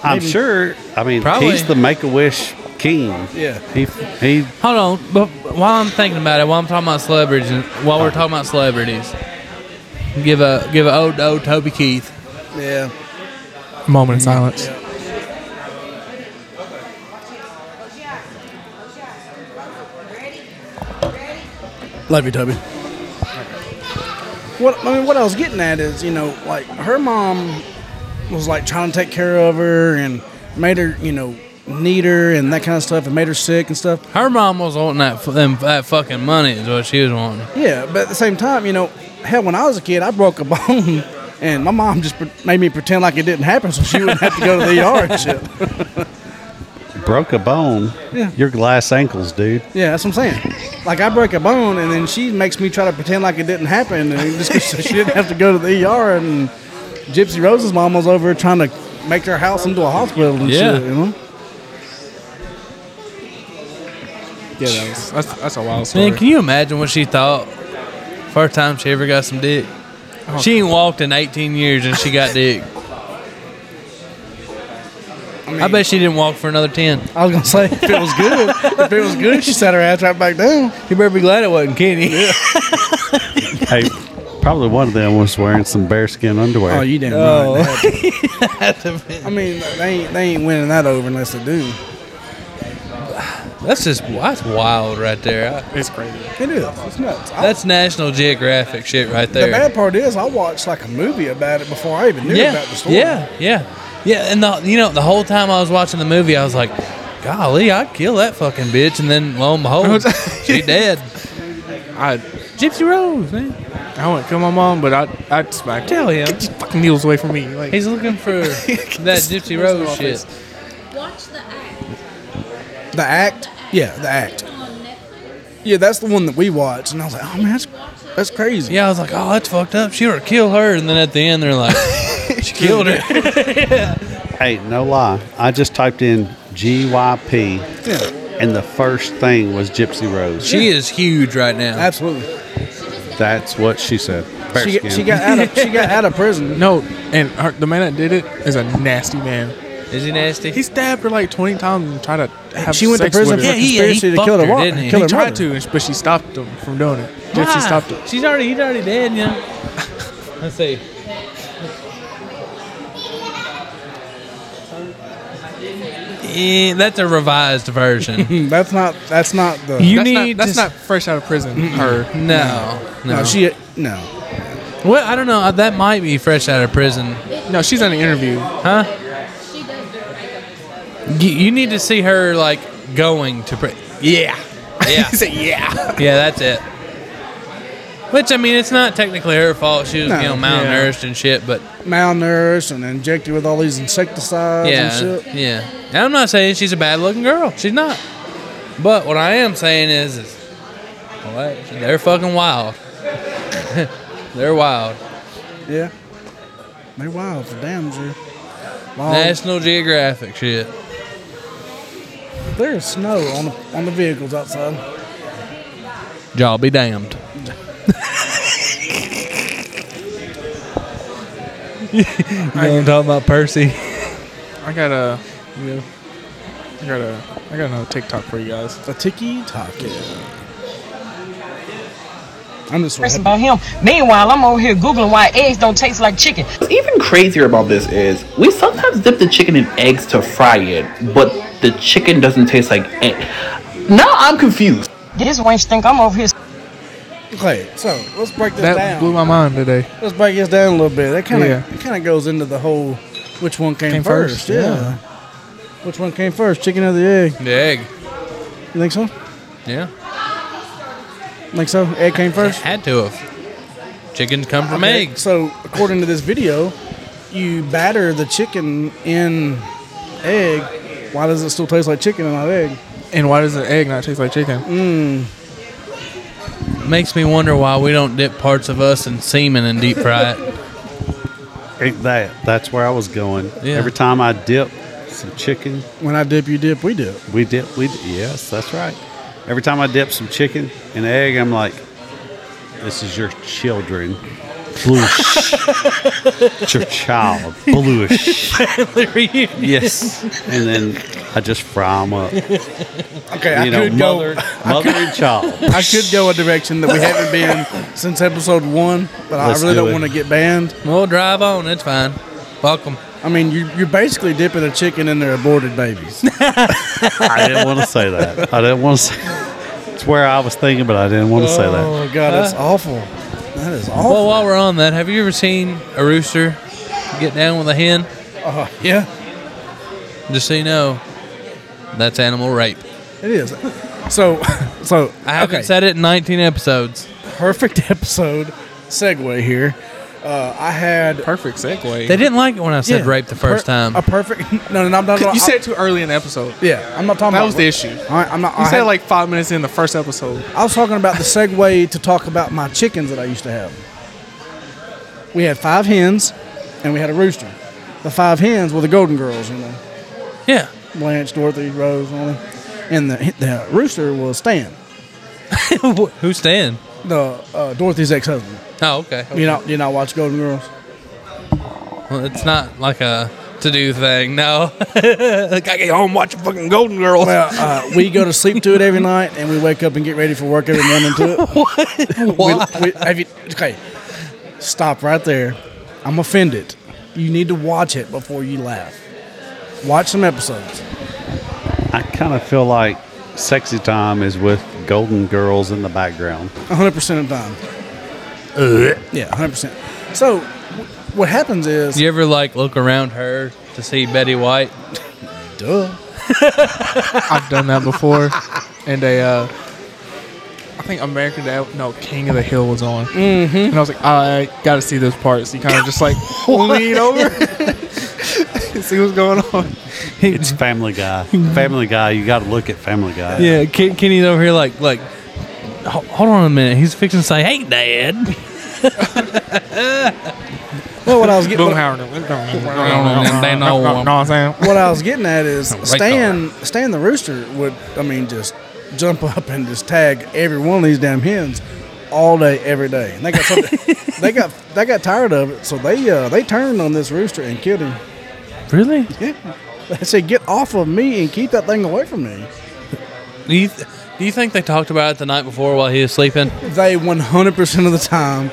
I'm sure. I mean, Probably. he's the Make a Wish king. Yeah. he he. Hold on, but while I'm thinking about it, while I'm talking about celebrities, and while we're talking about celebrities, give a give a ode to old Toby Keith. yeah. Moment of silence. Love you, Toby. What I mean, what I was getting at is, you know, like her mom was like trying to take care of her and made her, you know, need her and that kind of stuff, and made her sick and stuff. Her mom was wanting that f- them, that fucking money is what she was wanting. Yeah, but at the same time, you know, hell, when I was a kid, I broke a [laughs] bone, and my mom just pre- made me pretend like it didn't happen, so she wouldn't have to go to [laughs] the ER and shit. broke a bone. Yeah. Your glass ankles, dude. Yeah, that's what I'm saying. Like I break a bone, and then she makes me try to pretend like it didn't happen, and just [laughs] so she didn't have to go to the ER. And Gypsy Rose's mom was over trying to make her house into a hospital and Yeah. shit. You know? Yeah, that was, that's that's a wild story. Man, can you imagine what she thought? First time she ever got some dick. Oh, She ain't walked in 18 years and [laughs] she got dick. I, bet she didn't walk for another 10. I was gonna say if it was good, if it was good, she sat her ass right back down. You better be glad it wasn't Kenny. Hey, probably one of them was wearing some bearskin underwear. Oh, you didn't. Oh. [laughs] I mean, they ain't, they ain't winning that over unless they do. That's just that's wild right there. I- It's crazy. It is. It's nuts. I, That's National Geographic shit right the there. bad part is, I watched like a movie about it before I even knew yeah, about the story. yeah, yeah, yeah. And the you know the whole time I was watching the movie, I was like, "Golly, I'd kill that fucking bitch." And then lo [laughs] and behold, she dead. I Gypsy Rose, man, I wouldn't kill my mom, but I I'd smack her. tell him Get your fucking needles away from me. Like he's looking [laughs] for that Gypsy Rose shit. Watch the act. The act. Yeah, the act. on Netflix. Yeah, that's the one that we watched, and I was like, oh man, that's, that's crazy. Yeah, I was like, "Oh, that's fucked up. She would kill her." And then at the end, they're like, "She killed her." Hey, no lie. I just typed in GYP, and the first thing was Gypsy Rose. she is huge right now. absolutely. That's what she said. She, Bearskin. she got out of she [laughs] got out of prison. no, and her, the man that did it is a nasty man. Is he nasty? He stabbed her like twenty times and tried to have. She went to sex prison with for her. Yeah, he- he conspiracy to fucked kill her, her, wa- didn't he? kill he her tried mother. to, and- but she stopped him from doing it. Why? Gypsy stopped it. She's already he's already dead, yeah. [laughs] Let's see. Eh, that's a revised version. [laughs] Mm, That's not that's not the You that's need not, that's to not fresh out of prison. Her. no, no. no she no. well, I don't know. Uh, That might be fresh out of prison, No, she's on the interview. huh? She does their makeup. You, you need to see her like going to prison. Yeah, yeah, [laughs] He said, "Yeah." yeah. That's it. Which I mean, it's not technically her fault. She was, No, you know, malnourished and shit. But Malnourished and injected with all these insecticides Yeah, and shit. yeah. And I'm not saying she's a bad-looking girl. She's not. But what I am saying is, is well, that- they're fucking wild. [laughs] they're wild. Yeah. They wild for damn sure. Oh. Long, National Geographic shit. there's snow on the, on the vehicles outside. Y'all be damned. you know what I'm talking about, Percy? I got a. I got a. I got another TikTok for you guys. A tiki taka. I'm just so Press happy. about him. Meanwhile, I'm over here googling why eggs don't taste like chicken. What's even crazier about this is we sometimes dip the chicken in eggs to fry it, but the chicken doesn't taste like egg. Now I'm confused. This wench think I'm over here Okay, so let's break this That down. blew my mind today. Let's break this down a little bit. That kind of Yeah. it kind of goes into the whole which one came, Came first. first, Yeah. yeah. Which one came first, chicken or the egg? The egg. You think so? Yeah. Think so? Egg came first. Had to have. Chickens come from Okay, eggs. So according to this video, you batter the chicken in egg. Why does it still taste like chicken and not egg? And why does an egg not taste like chicken? Mmm. Makes me wonder why we don't dip parts of us in semen and deep fry it. Ain't that? That's where I was going. Yeah. Every time I dip some chicken, When I dip, you dip. We dip. we dip. We dip. yes, that's right. Every time I dip some chicken and egg, I'm like, "This is your children, [laughs] bluish. it's your child, bluish." yes, and then I just fry them up. [laughs] Okay, I you know, could mother, go. mother and child. I could go a direction that we haven't been since episode one, but Let's I really do don't it. want to get banned. We'll drive on. It's fine. Welcome. I mean, you, you're basically dipping a chicken in their aborted [laughs] babies. I didn't want to say that. I didn't want to say. [laughs] It's where I was thinking, but I didn't want to say that. Oh god, that's awful. That is awful. Well, while we're on that, have you ever seen a rooster get down with a hen? Uh, yeah, Just so you know, that's animal rape. it is. So, so I haven't okay, said it in 19 episodes. perfect [laughs] episode segue here. Uh, I had Perfect segue. They didn't like it when I said yeah, rape the first per- time. A perfect. [laughs] No, no, no. I'm not, you I- said it too early in the episode. yeah. I'm not talking. That about was the issue. You All right, I'm not. I, said had- it like five minutes in the first episode. I was talking about the segue to talk about my chickens that I used to have. We had five hens, and we had a rooster. The five hens were the Golden Girls, you know. [laughs] yeah. Blanche, Dorothy, Rose, all them. and the the rooster was Stan, Who's staying? the uh, Dorothy's ex-husband. Oh, okay. You know, you not watch Golden Girls. Well, it's not like a to do thing. No. [laughs] like I get home, watch fucking Golden Girls. Well, uh, we go to sleep to it every night, and we wake up and get ready for work every morning to it. Why? We- we- have you- okay, stop right there. I'm offended. You need to watch it before you laugh. Watch some episodes. I kind of feel like sexy time is with golden girls in the background. 100% of the time. Yeah, 100%. So, w- what happens is, you ever like look around her to see Betty White? duh. I've done that before, and they, uh, I think American Dad, no, King of the Hill was on, mm-hmm. and I was like, I got to see those parts. You kind of just like lean over, see what's going on. It's Family Guy. Family Guy, you got to look at Family Guy. Yeah, Ken- Kenny's over here like like. "Ho- Hold on a minute. He's fixing to say, "Hey, Dad." Well, what I was getting, Boom, what, Howard. They know No, no, I'm saying. what I was getting at [laughs] is, Right Stan, Stan the rooster would, I mean, just jump up and just tag every one of these damn hens all day, every day. And they [laughs] got something, they got they got tired of it, so they uh, they turned on this rooster and killed him. Really? Yeah. They said, "Get off of me and keep that thing away from me." Do you th- do you think they talked about it the night before while he was sleeping? they 100% of the time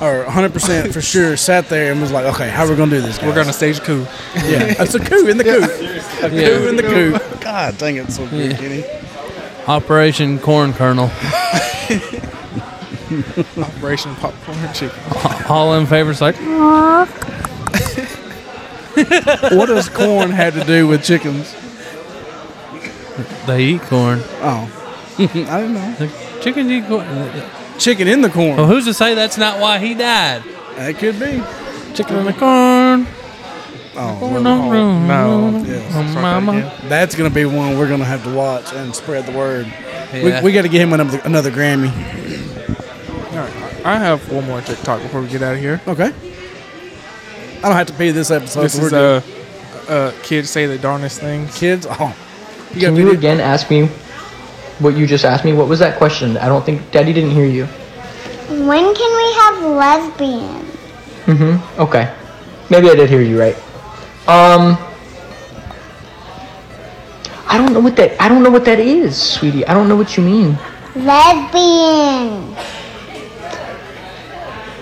or 100% for sure sat there and was like okay how are we gonna do this We're gonna stage a coup. yeah it's a coup in the coup a coup in the coup God Ah, dang it, so good. Kenny. Operation Corn Kernel. [laughs] Operation Popcorn Chicken. All in favor, it's like what does corn have to do with chickens they eat corn. oh I don't know The chickens eat corn. chicken in the corn Well, who's to say that's not why he died? Oh. that could be Chicken in the corn. oh Corn on Oh, no. yes. Start that Mama. again. that's gonna be one we're gonna have to watch and spread the word Yeah. we, we got to get him another, another Grammy I have one more TikTok before we get out of here. okay I don't have to pee this episode This we're is good. uh, uh, kids say the darndest things. kids oh you Can gotta you pee this- again ask me what you just asked me? What was that question? I don't think Daddy didn't hear you. When can we have lesbian? Mm-hmm. Okay. Maybe I did hear you right. Um. I don't know what that. I don't know what that is, sweetie. I don't know what you mean. Lesbian.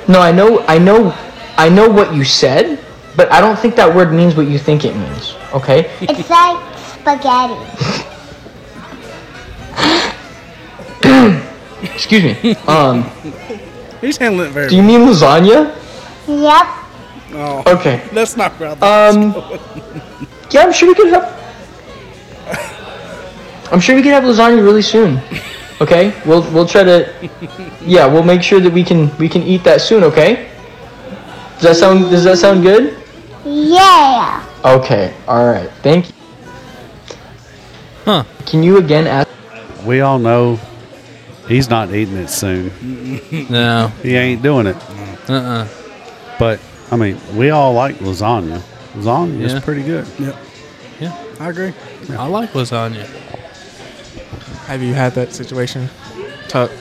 No, I know. I know. I know what you said, but I don't think that word means what you think it means. [laughs] Okay. It's like spaghetti. Excuse me. Um, He's handling it very do you mean lasagna? Yep. well. Oh. Okay. Let's not grab Uh, Um, yeah, I'm sure we could have. I'm sure we could have lasagna really soon. Okay, we'll we'll try to. Yeah, we'll make sure that we can we can eat that soon. Okay. Does that sound Does that sound good? Yeah. Okay. All right. Thank you. Huh. Can you again ask? We all know he's not eating it soon. No. He ain't doing it. Uh uh But I mean, we all like lasagna. Lasagna Yeah. is pretty good. Yep. Yeah. I agree. I like lasagna. Have you had that situation, Tuck?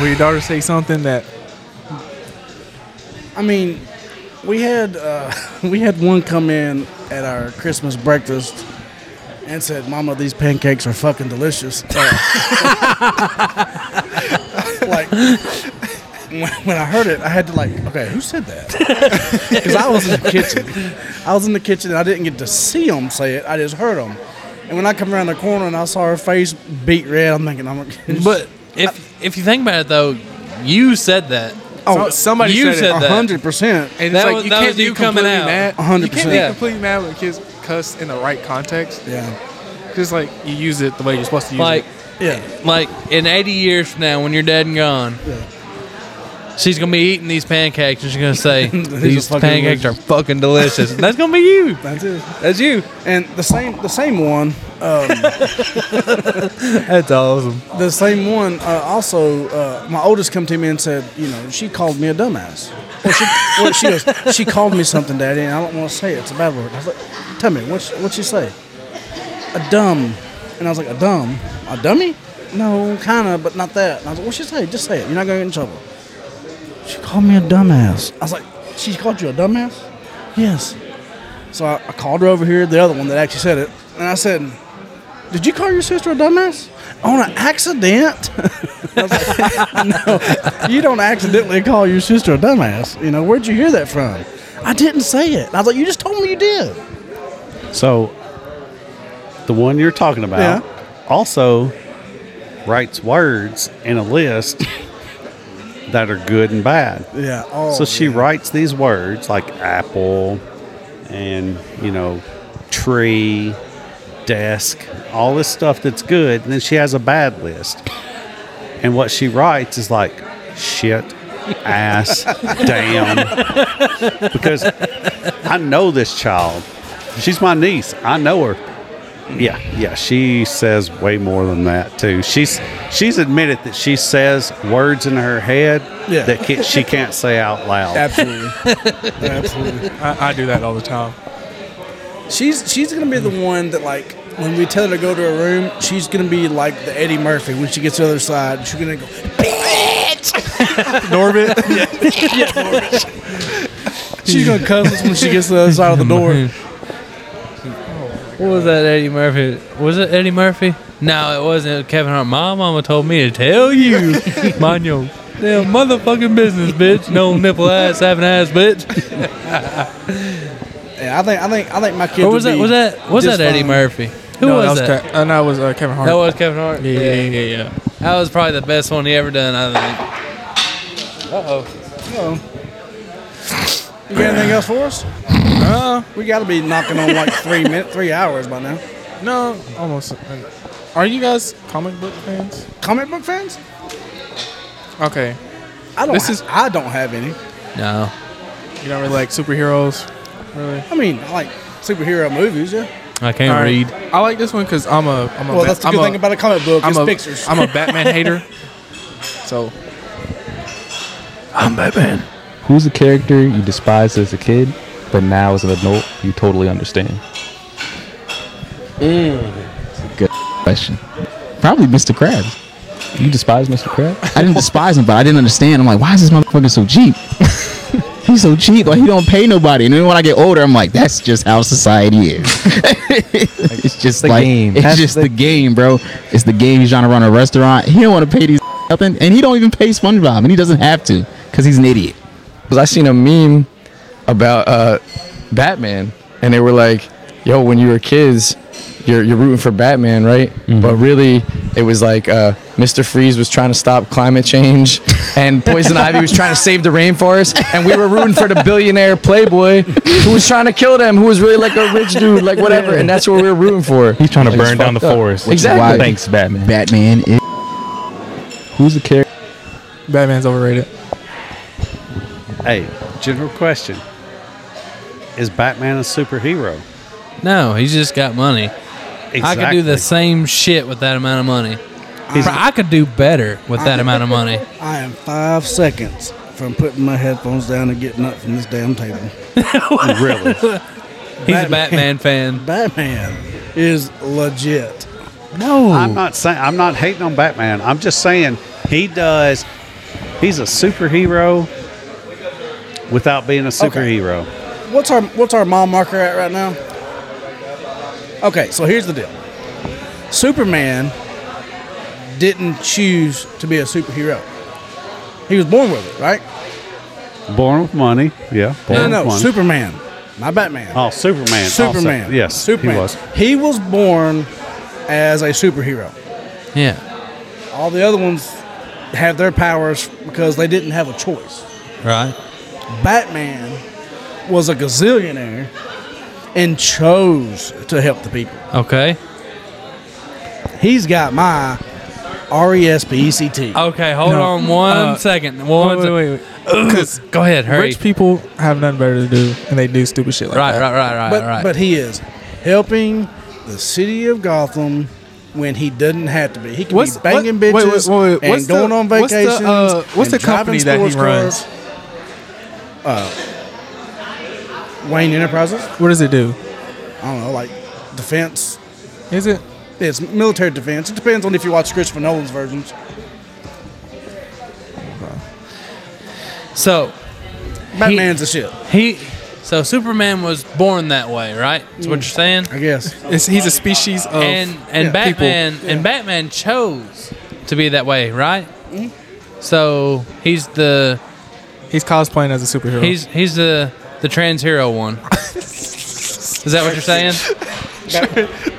Will your daughter say something that I mean, we had uh, [laughs] we had one come in at our Christmas breakfast and said, "Mama, these pancakes are fucking delicious." Uh, [laughs] like when, when I heard it, I had to like, okay, who said that? [laughs] Because I was in the kitchen. I was in the kitchen and I didn't get to see them say it. I just heard them. And when I come around the corner and I saw her face beat red, I'm thinking, I'm. But if if you think about it though, you said that. Oh, you [laughs] hundred percent. And That it's was- like you that was can't be you coming completely out. mad. You 100%. can't be Yeah. completely mad when kids cuss in the right context. Yeah. Just like you use it the way you're supposed to use Like, it. yeah. Like in 80 years from now, when you're dead and gone, she's gonna be eating these pancakes and she's gonna say, "These fucking pancakes are fucking delicious." That's gonna be you. That's it. That's you. And the same the same one. Um, That's awesome. the same one uh, also uh, my oldest come to me and said you know she called me a dumbass well she, well, she goes she called me something daddy and i don't want to say it it's a bad word And i was like tell me what's what she say a dumb and i was like a dumb a dummy no kind of but not that and i was like what she say just say it you're not gonna get in trouble she called me a dumbass i was like she called you a dumbass yes so I, I called her over here the other one that actually said it and i said did you call your sister a dumbass on an accident? [laughs] I was like, [laughs] no, you don't accidentally call your sister a dumbass. You know, where'd you hear that from? I didn't say it. And I was like, you just told me you did. So, the one you're talking about also writes words in a list [laughs] that are good and bad. Yeah. Oh, so she writes these words like apple and, you know, tree, desk, all this stuff that's good. And then she has a bad list. And what she writes is like [laughs] shit, ass, damn, because I know this child. She's my niece. I know her. Yeah, yeah. She says way more than that too. She's she's admitted that she says words in her head Yeah. that can, she can't say out loud. Absolutely. Absolutely. I, I do that all the time. She's she's gonna be the one that like when we tell her to go to her room, she's gonna be like the Eddie Murphy when she gets to the other side. She's gonna go, bitch. Norbit. yeah, yeah, Norbit. She's gonna cuss us when she gets to the other side of [laughs] the door. Mm-hmm. What was that Eddie Murphy? Was it Eddie Murphy? No, it wasn't. It was Kevin Hart. My mama told me to tell you, mind your damn motherfucking business, bitch. No nipple ass, having ass, bitch. Yeah, I think I think I think my kids. Or was would that be was that was just that Eddie fine. Murphy? Who No, was that? that? Ke- uh, no, it was uh, Kevin Hart. That was Kevin Hart. Yeah, yeah, yeah, yeah. That was probably the best one he ever done. I think. Uh oh. Uh-oh. You got anything else for [laughs] us? Uh, we got to be knocking on like three minutes, three hours by now. No, almost. uh, Are you guys comic book fans? Comic book fans? Okay. I don't. This ha- is- I don't have any. No. You don't really like superheroes, really? I mean, I like superhero movies. Yeah. I can't All right. read. I like this one because I'm a. I'm a Well, that's the I'm good a- thing about a comic book. I'm is a, pictures. I'm a [laughs] Batman hater. So. I'm Batman. Who's the character you despised as a kid, but now as an adult you totally understand? Mm. It's a good question. Probably Mr. Krabs. You despise Mr. Krabs? [laughs] I didn't despise him, but I didn't understand. I'm like, why is this motherfucker [laughs] so cheap? He's so cheap, like he don't pay nobody. And then when I get older, I'm like, that's just how society is. [laughs] it's just the like game. it's That's just the, game, bro. It's the game. He's trying to run a restaurant. He don't want to pay these nothing, and he don't even pay SpongeBob, and he doesn't have to because he's an idiot. Because I seen a meme about uh, Batman, and they were like, "Yo, when you were kids, you're you're rooting for Batman, right? Mm-hmm. But really, it was like uh, Mr. Freeze was trying to stop climate change, [laughs] and Poison Ivy was trying to save the rainforest, and we were rooting for the billionaire playboy who was trying to kill them, who was really like a rich dude, like whatever, and that's what we were rooting for. He's trying to Like, burn it's down the fucked up. forest. Exactly. Thanks, Batman. Batman is. Who's the character? Batman's overrated. Hey, general question. Is Batman a superhero? No, he's just got money. I could do Exactly. the [laughs] same shit with that amount of money. Bro, I could do better with that amount of money. I am five seconds from putting my headphones down and getting up from this damn table. Really? He's a Batman fan. Batman is legit. No. I'm not saying I'm not hating on Batman. I'm just saying he does he's a superhero without being a superhero. What's our what's our mile marker at right now? Okay, so here's the deal. Superman didn't choose to be a superhero. He was born with it, right? Born with money. Yeah. No, born no, no. with money. Superman, not Batman. Oh, Superman. also. Superman. Yes. Superman. He was. He was born as a superhero. Yeah. All the other ones have their powers because they didn't have a choice. Right. Batman was a gazillionaire and chose to help the people. Okay. He's got my R E S P E C T. Okay, hold No. on one Uh, second. wait, One wait, se- wait, wait. Ugh. [clears throat] Go ahead, hurry. Rich people have nothing better to do, and they do stupid shit like Right, that. right, right, but, right, but he is helping the city of Gotham when he doesn't have to be. He can What's- be banging what- wait, bitches wait, wait, and what's the- going on what's the, vacations. uh, what's and the company driving that he sports cars. runs? Uh, Wayne Enterprises. What does it do? I don't know, like defense. Is it? It's military defense. It depends on if you watch Christopher Nolan's versions. So, Batman's a shit. He, so Superman was born that way, right? That's what Mm. you're saying. I guess It's, he's a species of and and yeah, people. Batman and Batman chose to be that way, right? Mm-hmm. So he's the He's cosplaying as a superhero. he's he's the the trans hero one. Is that what you're saying?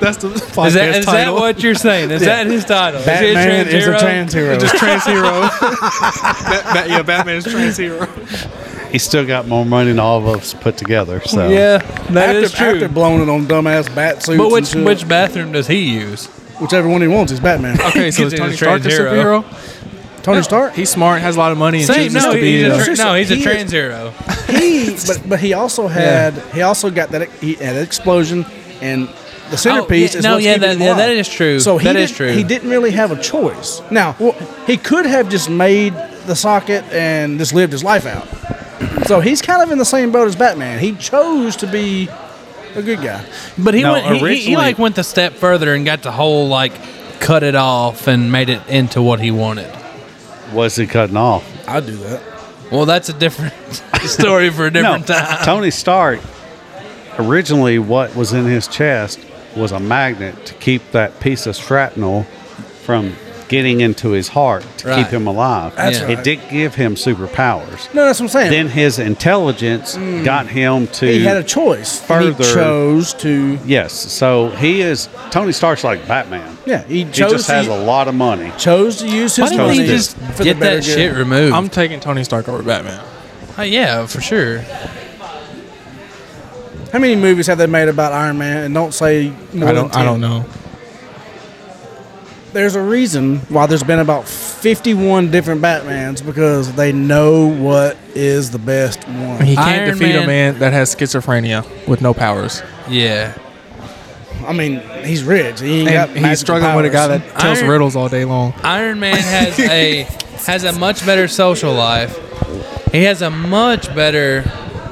That's the podcast Is that, is that title. what you're saying? Is [laughs] that his title? Is he Batman is a trans hero? Just trans hero. [laughs] Bat, Bat- yeah, Batman is trans hero. He's still got more money than all of us put together. So after, After blowing it on dumbass bat suits. But and which shit. which bathroom does he use? whichever one he wants is [laughs] Batman. Okay, so is Tony Stark a Hero. Tony Stark. He's smart, has a lot of money, and Same, chooses no, to be. he's a uh, tra- no, he's a he is- trans hero. He, [laughs] but but he also had he also got that he had an explosion and the centerpiece Oh, yeah, is no, what's yeah, keeping that- him yeah, that alive. is true. So he That is didn't- true. He didn't really have a choice. Now well, he could have just made the socket and just lived his life out. So he's kind of in the same boat as Batman. He chose to be a good guy. But he went. He, he, he like went the step further and got the whole like cut it off and made it into what he wanted. was he cutting off? I'd do that. Well, that's a [laughs] different [laughs] story for a different No, time. Tony Stark originally what was in his chest was a magnet to keep that piece of shrapnel from getting into his heart to Right. keep him alive. That's Yeah. It did give him superpowers. No, that's what I'm saying. Then his intelligence Mm. got him to he had a choice. and he further- chose to Yes, so he is Tony Stark's like Batman. Yeah, he he chose just to- has a lot of money. chose to use his money for the better good. removed? I'm taking Tony Stark over Batman. Uh, yeah, for sure. How many movies have they made about Iron Man? And don't say more I don't. Than 10. I don't know. There's a reason why there's been about 51 different Batmans because they know what is the best one. He can't defeat a man that has schizophrenia with no powers. Yeah. I mean, he's rich. He ain't got And he's magical struggling with a guy powers. that tells Iron- riddles all day long. Iron Man has a has a much better social life. He has a much better.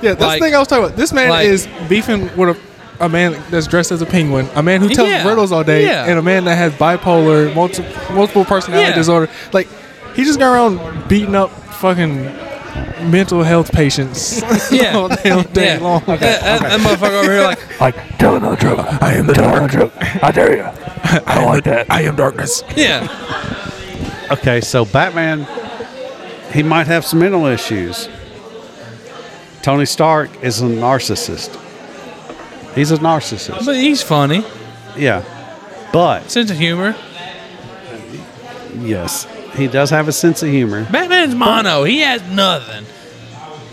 Yeah, that's like- the thing I was talking about. This man like- is beefing with a, a man that's dressed as a penguin, a man who tells Yeah, riddles all day, yeah. and a man that has bipolar, multi- multiple personality Yeah. disorder. Like, he just got around beating up fucking mental health patients [laughs] Yeah. all day, all day Yeah. long. That, that- that motherfucker over here, [laughs] like, Like Donald Trump, I am the Donald Trump. I dare you. I, don't like that. I am darkness. yeah. Okay, so Batman, he might have some mental issues. Tony Stark is a narcissist. He's a narcissist. But he's funny. Yeah. But sense of humor. yes, he does have a sense of humor. Batman's mono. He has nothing.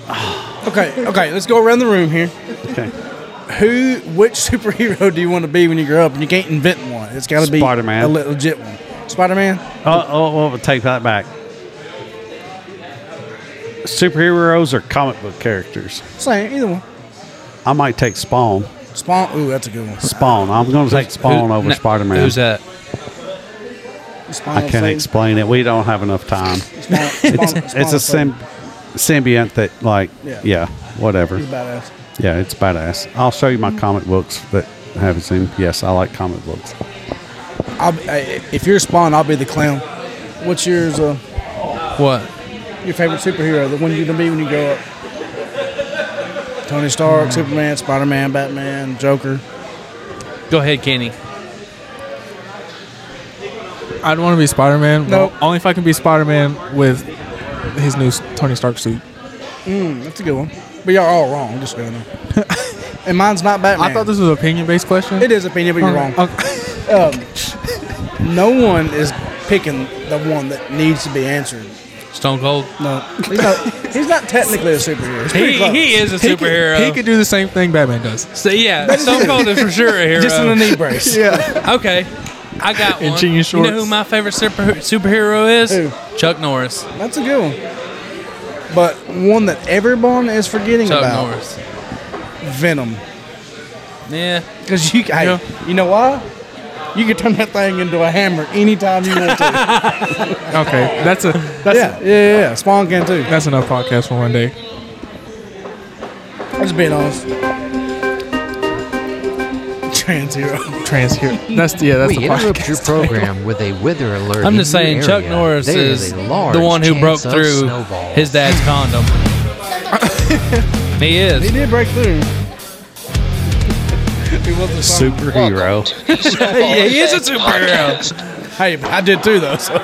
[laughs] Okay, okay, let's go around the room here. Okay. Who, which [laughs] superhero do you want to be when you grow up? And you can't invent one. It's got to be Spider-Man. a le- legit one. Spider Man. Oh, oh, oh, take that back. Superheroes or comic book characters? Same, either one. I might take Spawn. Spawn. Ooh, that's a good one. Spawn. I'm going to take Spawn Who- over no, Spider Man. Who's that? Spawn I can't same. [laughs] explain it. We don't have enough time. it's, Spawn- it's a Spawn symb- symbiont that, like, Yeah. yeah, whatever. He's badass. Yeah, it's badass. I'll show you my comic books that I haven't seen. Yes, I like comic books. I'll be, I, if you're Spawn, I'll be the clown. What's yours? Uh, What? your favorite superhero? The one you're gonna be when you grow up? Tony Stark, Superman, Spider Man, Batman, Joker. Go ahead, Kenny. I'd want to be Spider Man. Nope. Only if I can be Spider Man with his new s- Tony Stark suit. Mm, that's a good one. But y'all are all wrong. I'm just going to. and mine's not Batman. I thought this was an opinion based question. Uh, It is opinion, but you're wrong. Um, no one is picking the one that needs to be answered. Stone Cold. No, he's not, he's not technically a superhero. He's pretty He- close. he is a He could- superhero. he could do the same thing Batman does. So yeah, Stone Cold is for sure a hero. Just in a knee brace. Yeah. Okay. I got In one. jean You know shorts. who my favorite super, superhero is? Chuck Norris. That's a good one. But one that everyone is forgetting Chuck about. Norris. Venom. Yeah. Because you, hey, you know why? You can turn that thing into a hammer anytime you want to. Okay, that's a that's yeah, yeah, yeah, yeah. Spawn can too. That's enough podcast for one day. I'm just being honest. Trans hero. Trans [laughs] hero. That's yeah. That's we the interrupt podcast. your program with a wither alert. I'm just in saying, your Chuck area. Norris There is a large the one who broke chance of through snowballs. his dad's condom. he is. He did break through. Superhero. yeah, he is a superhero. Hey, I did too though. Oh So.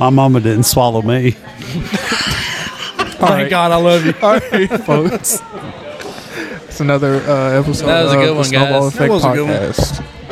My mama didn't swallow me. Thank God, I love you. All right, folks. It's another uh, episode. That was a of good the one, Snowball guys. Effect That was a good one. podcast.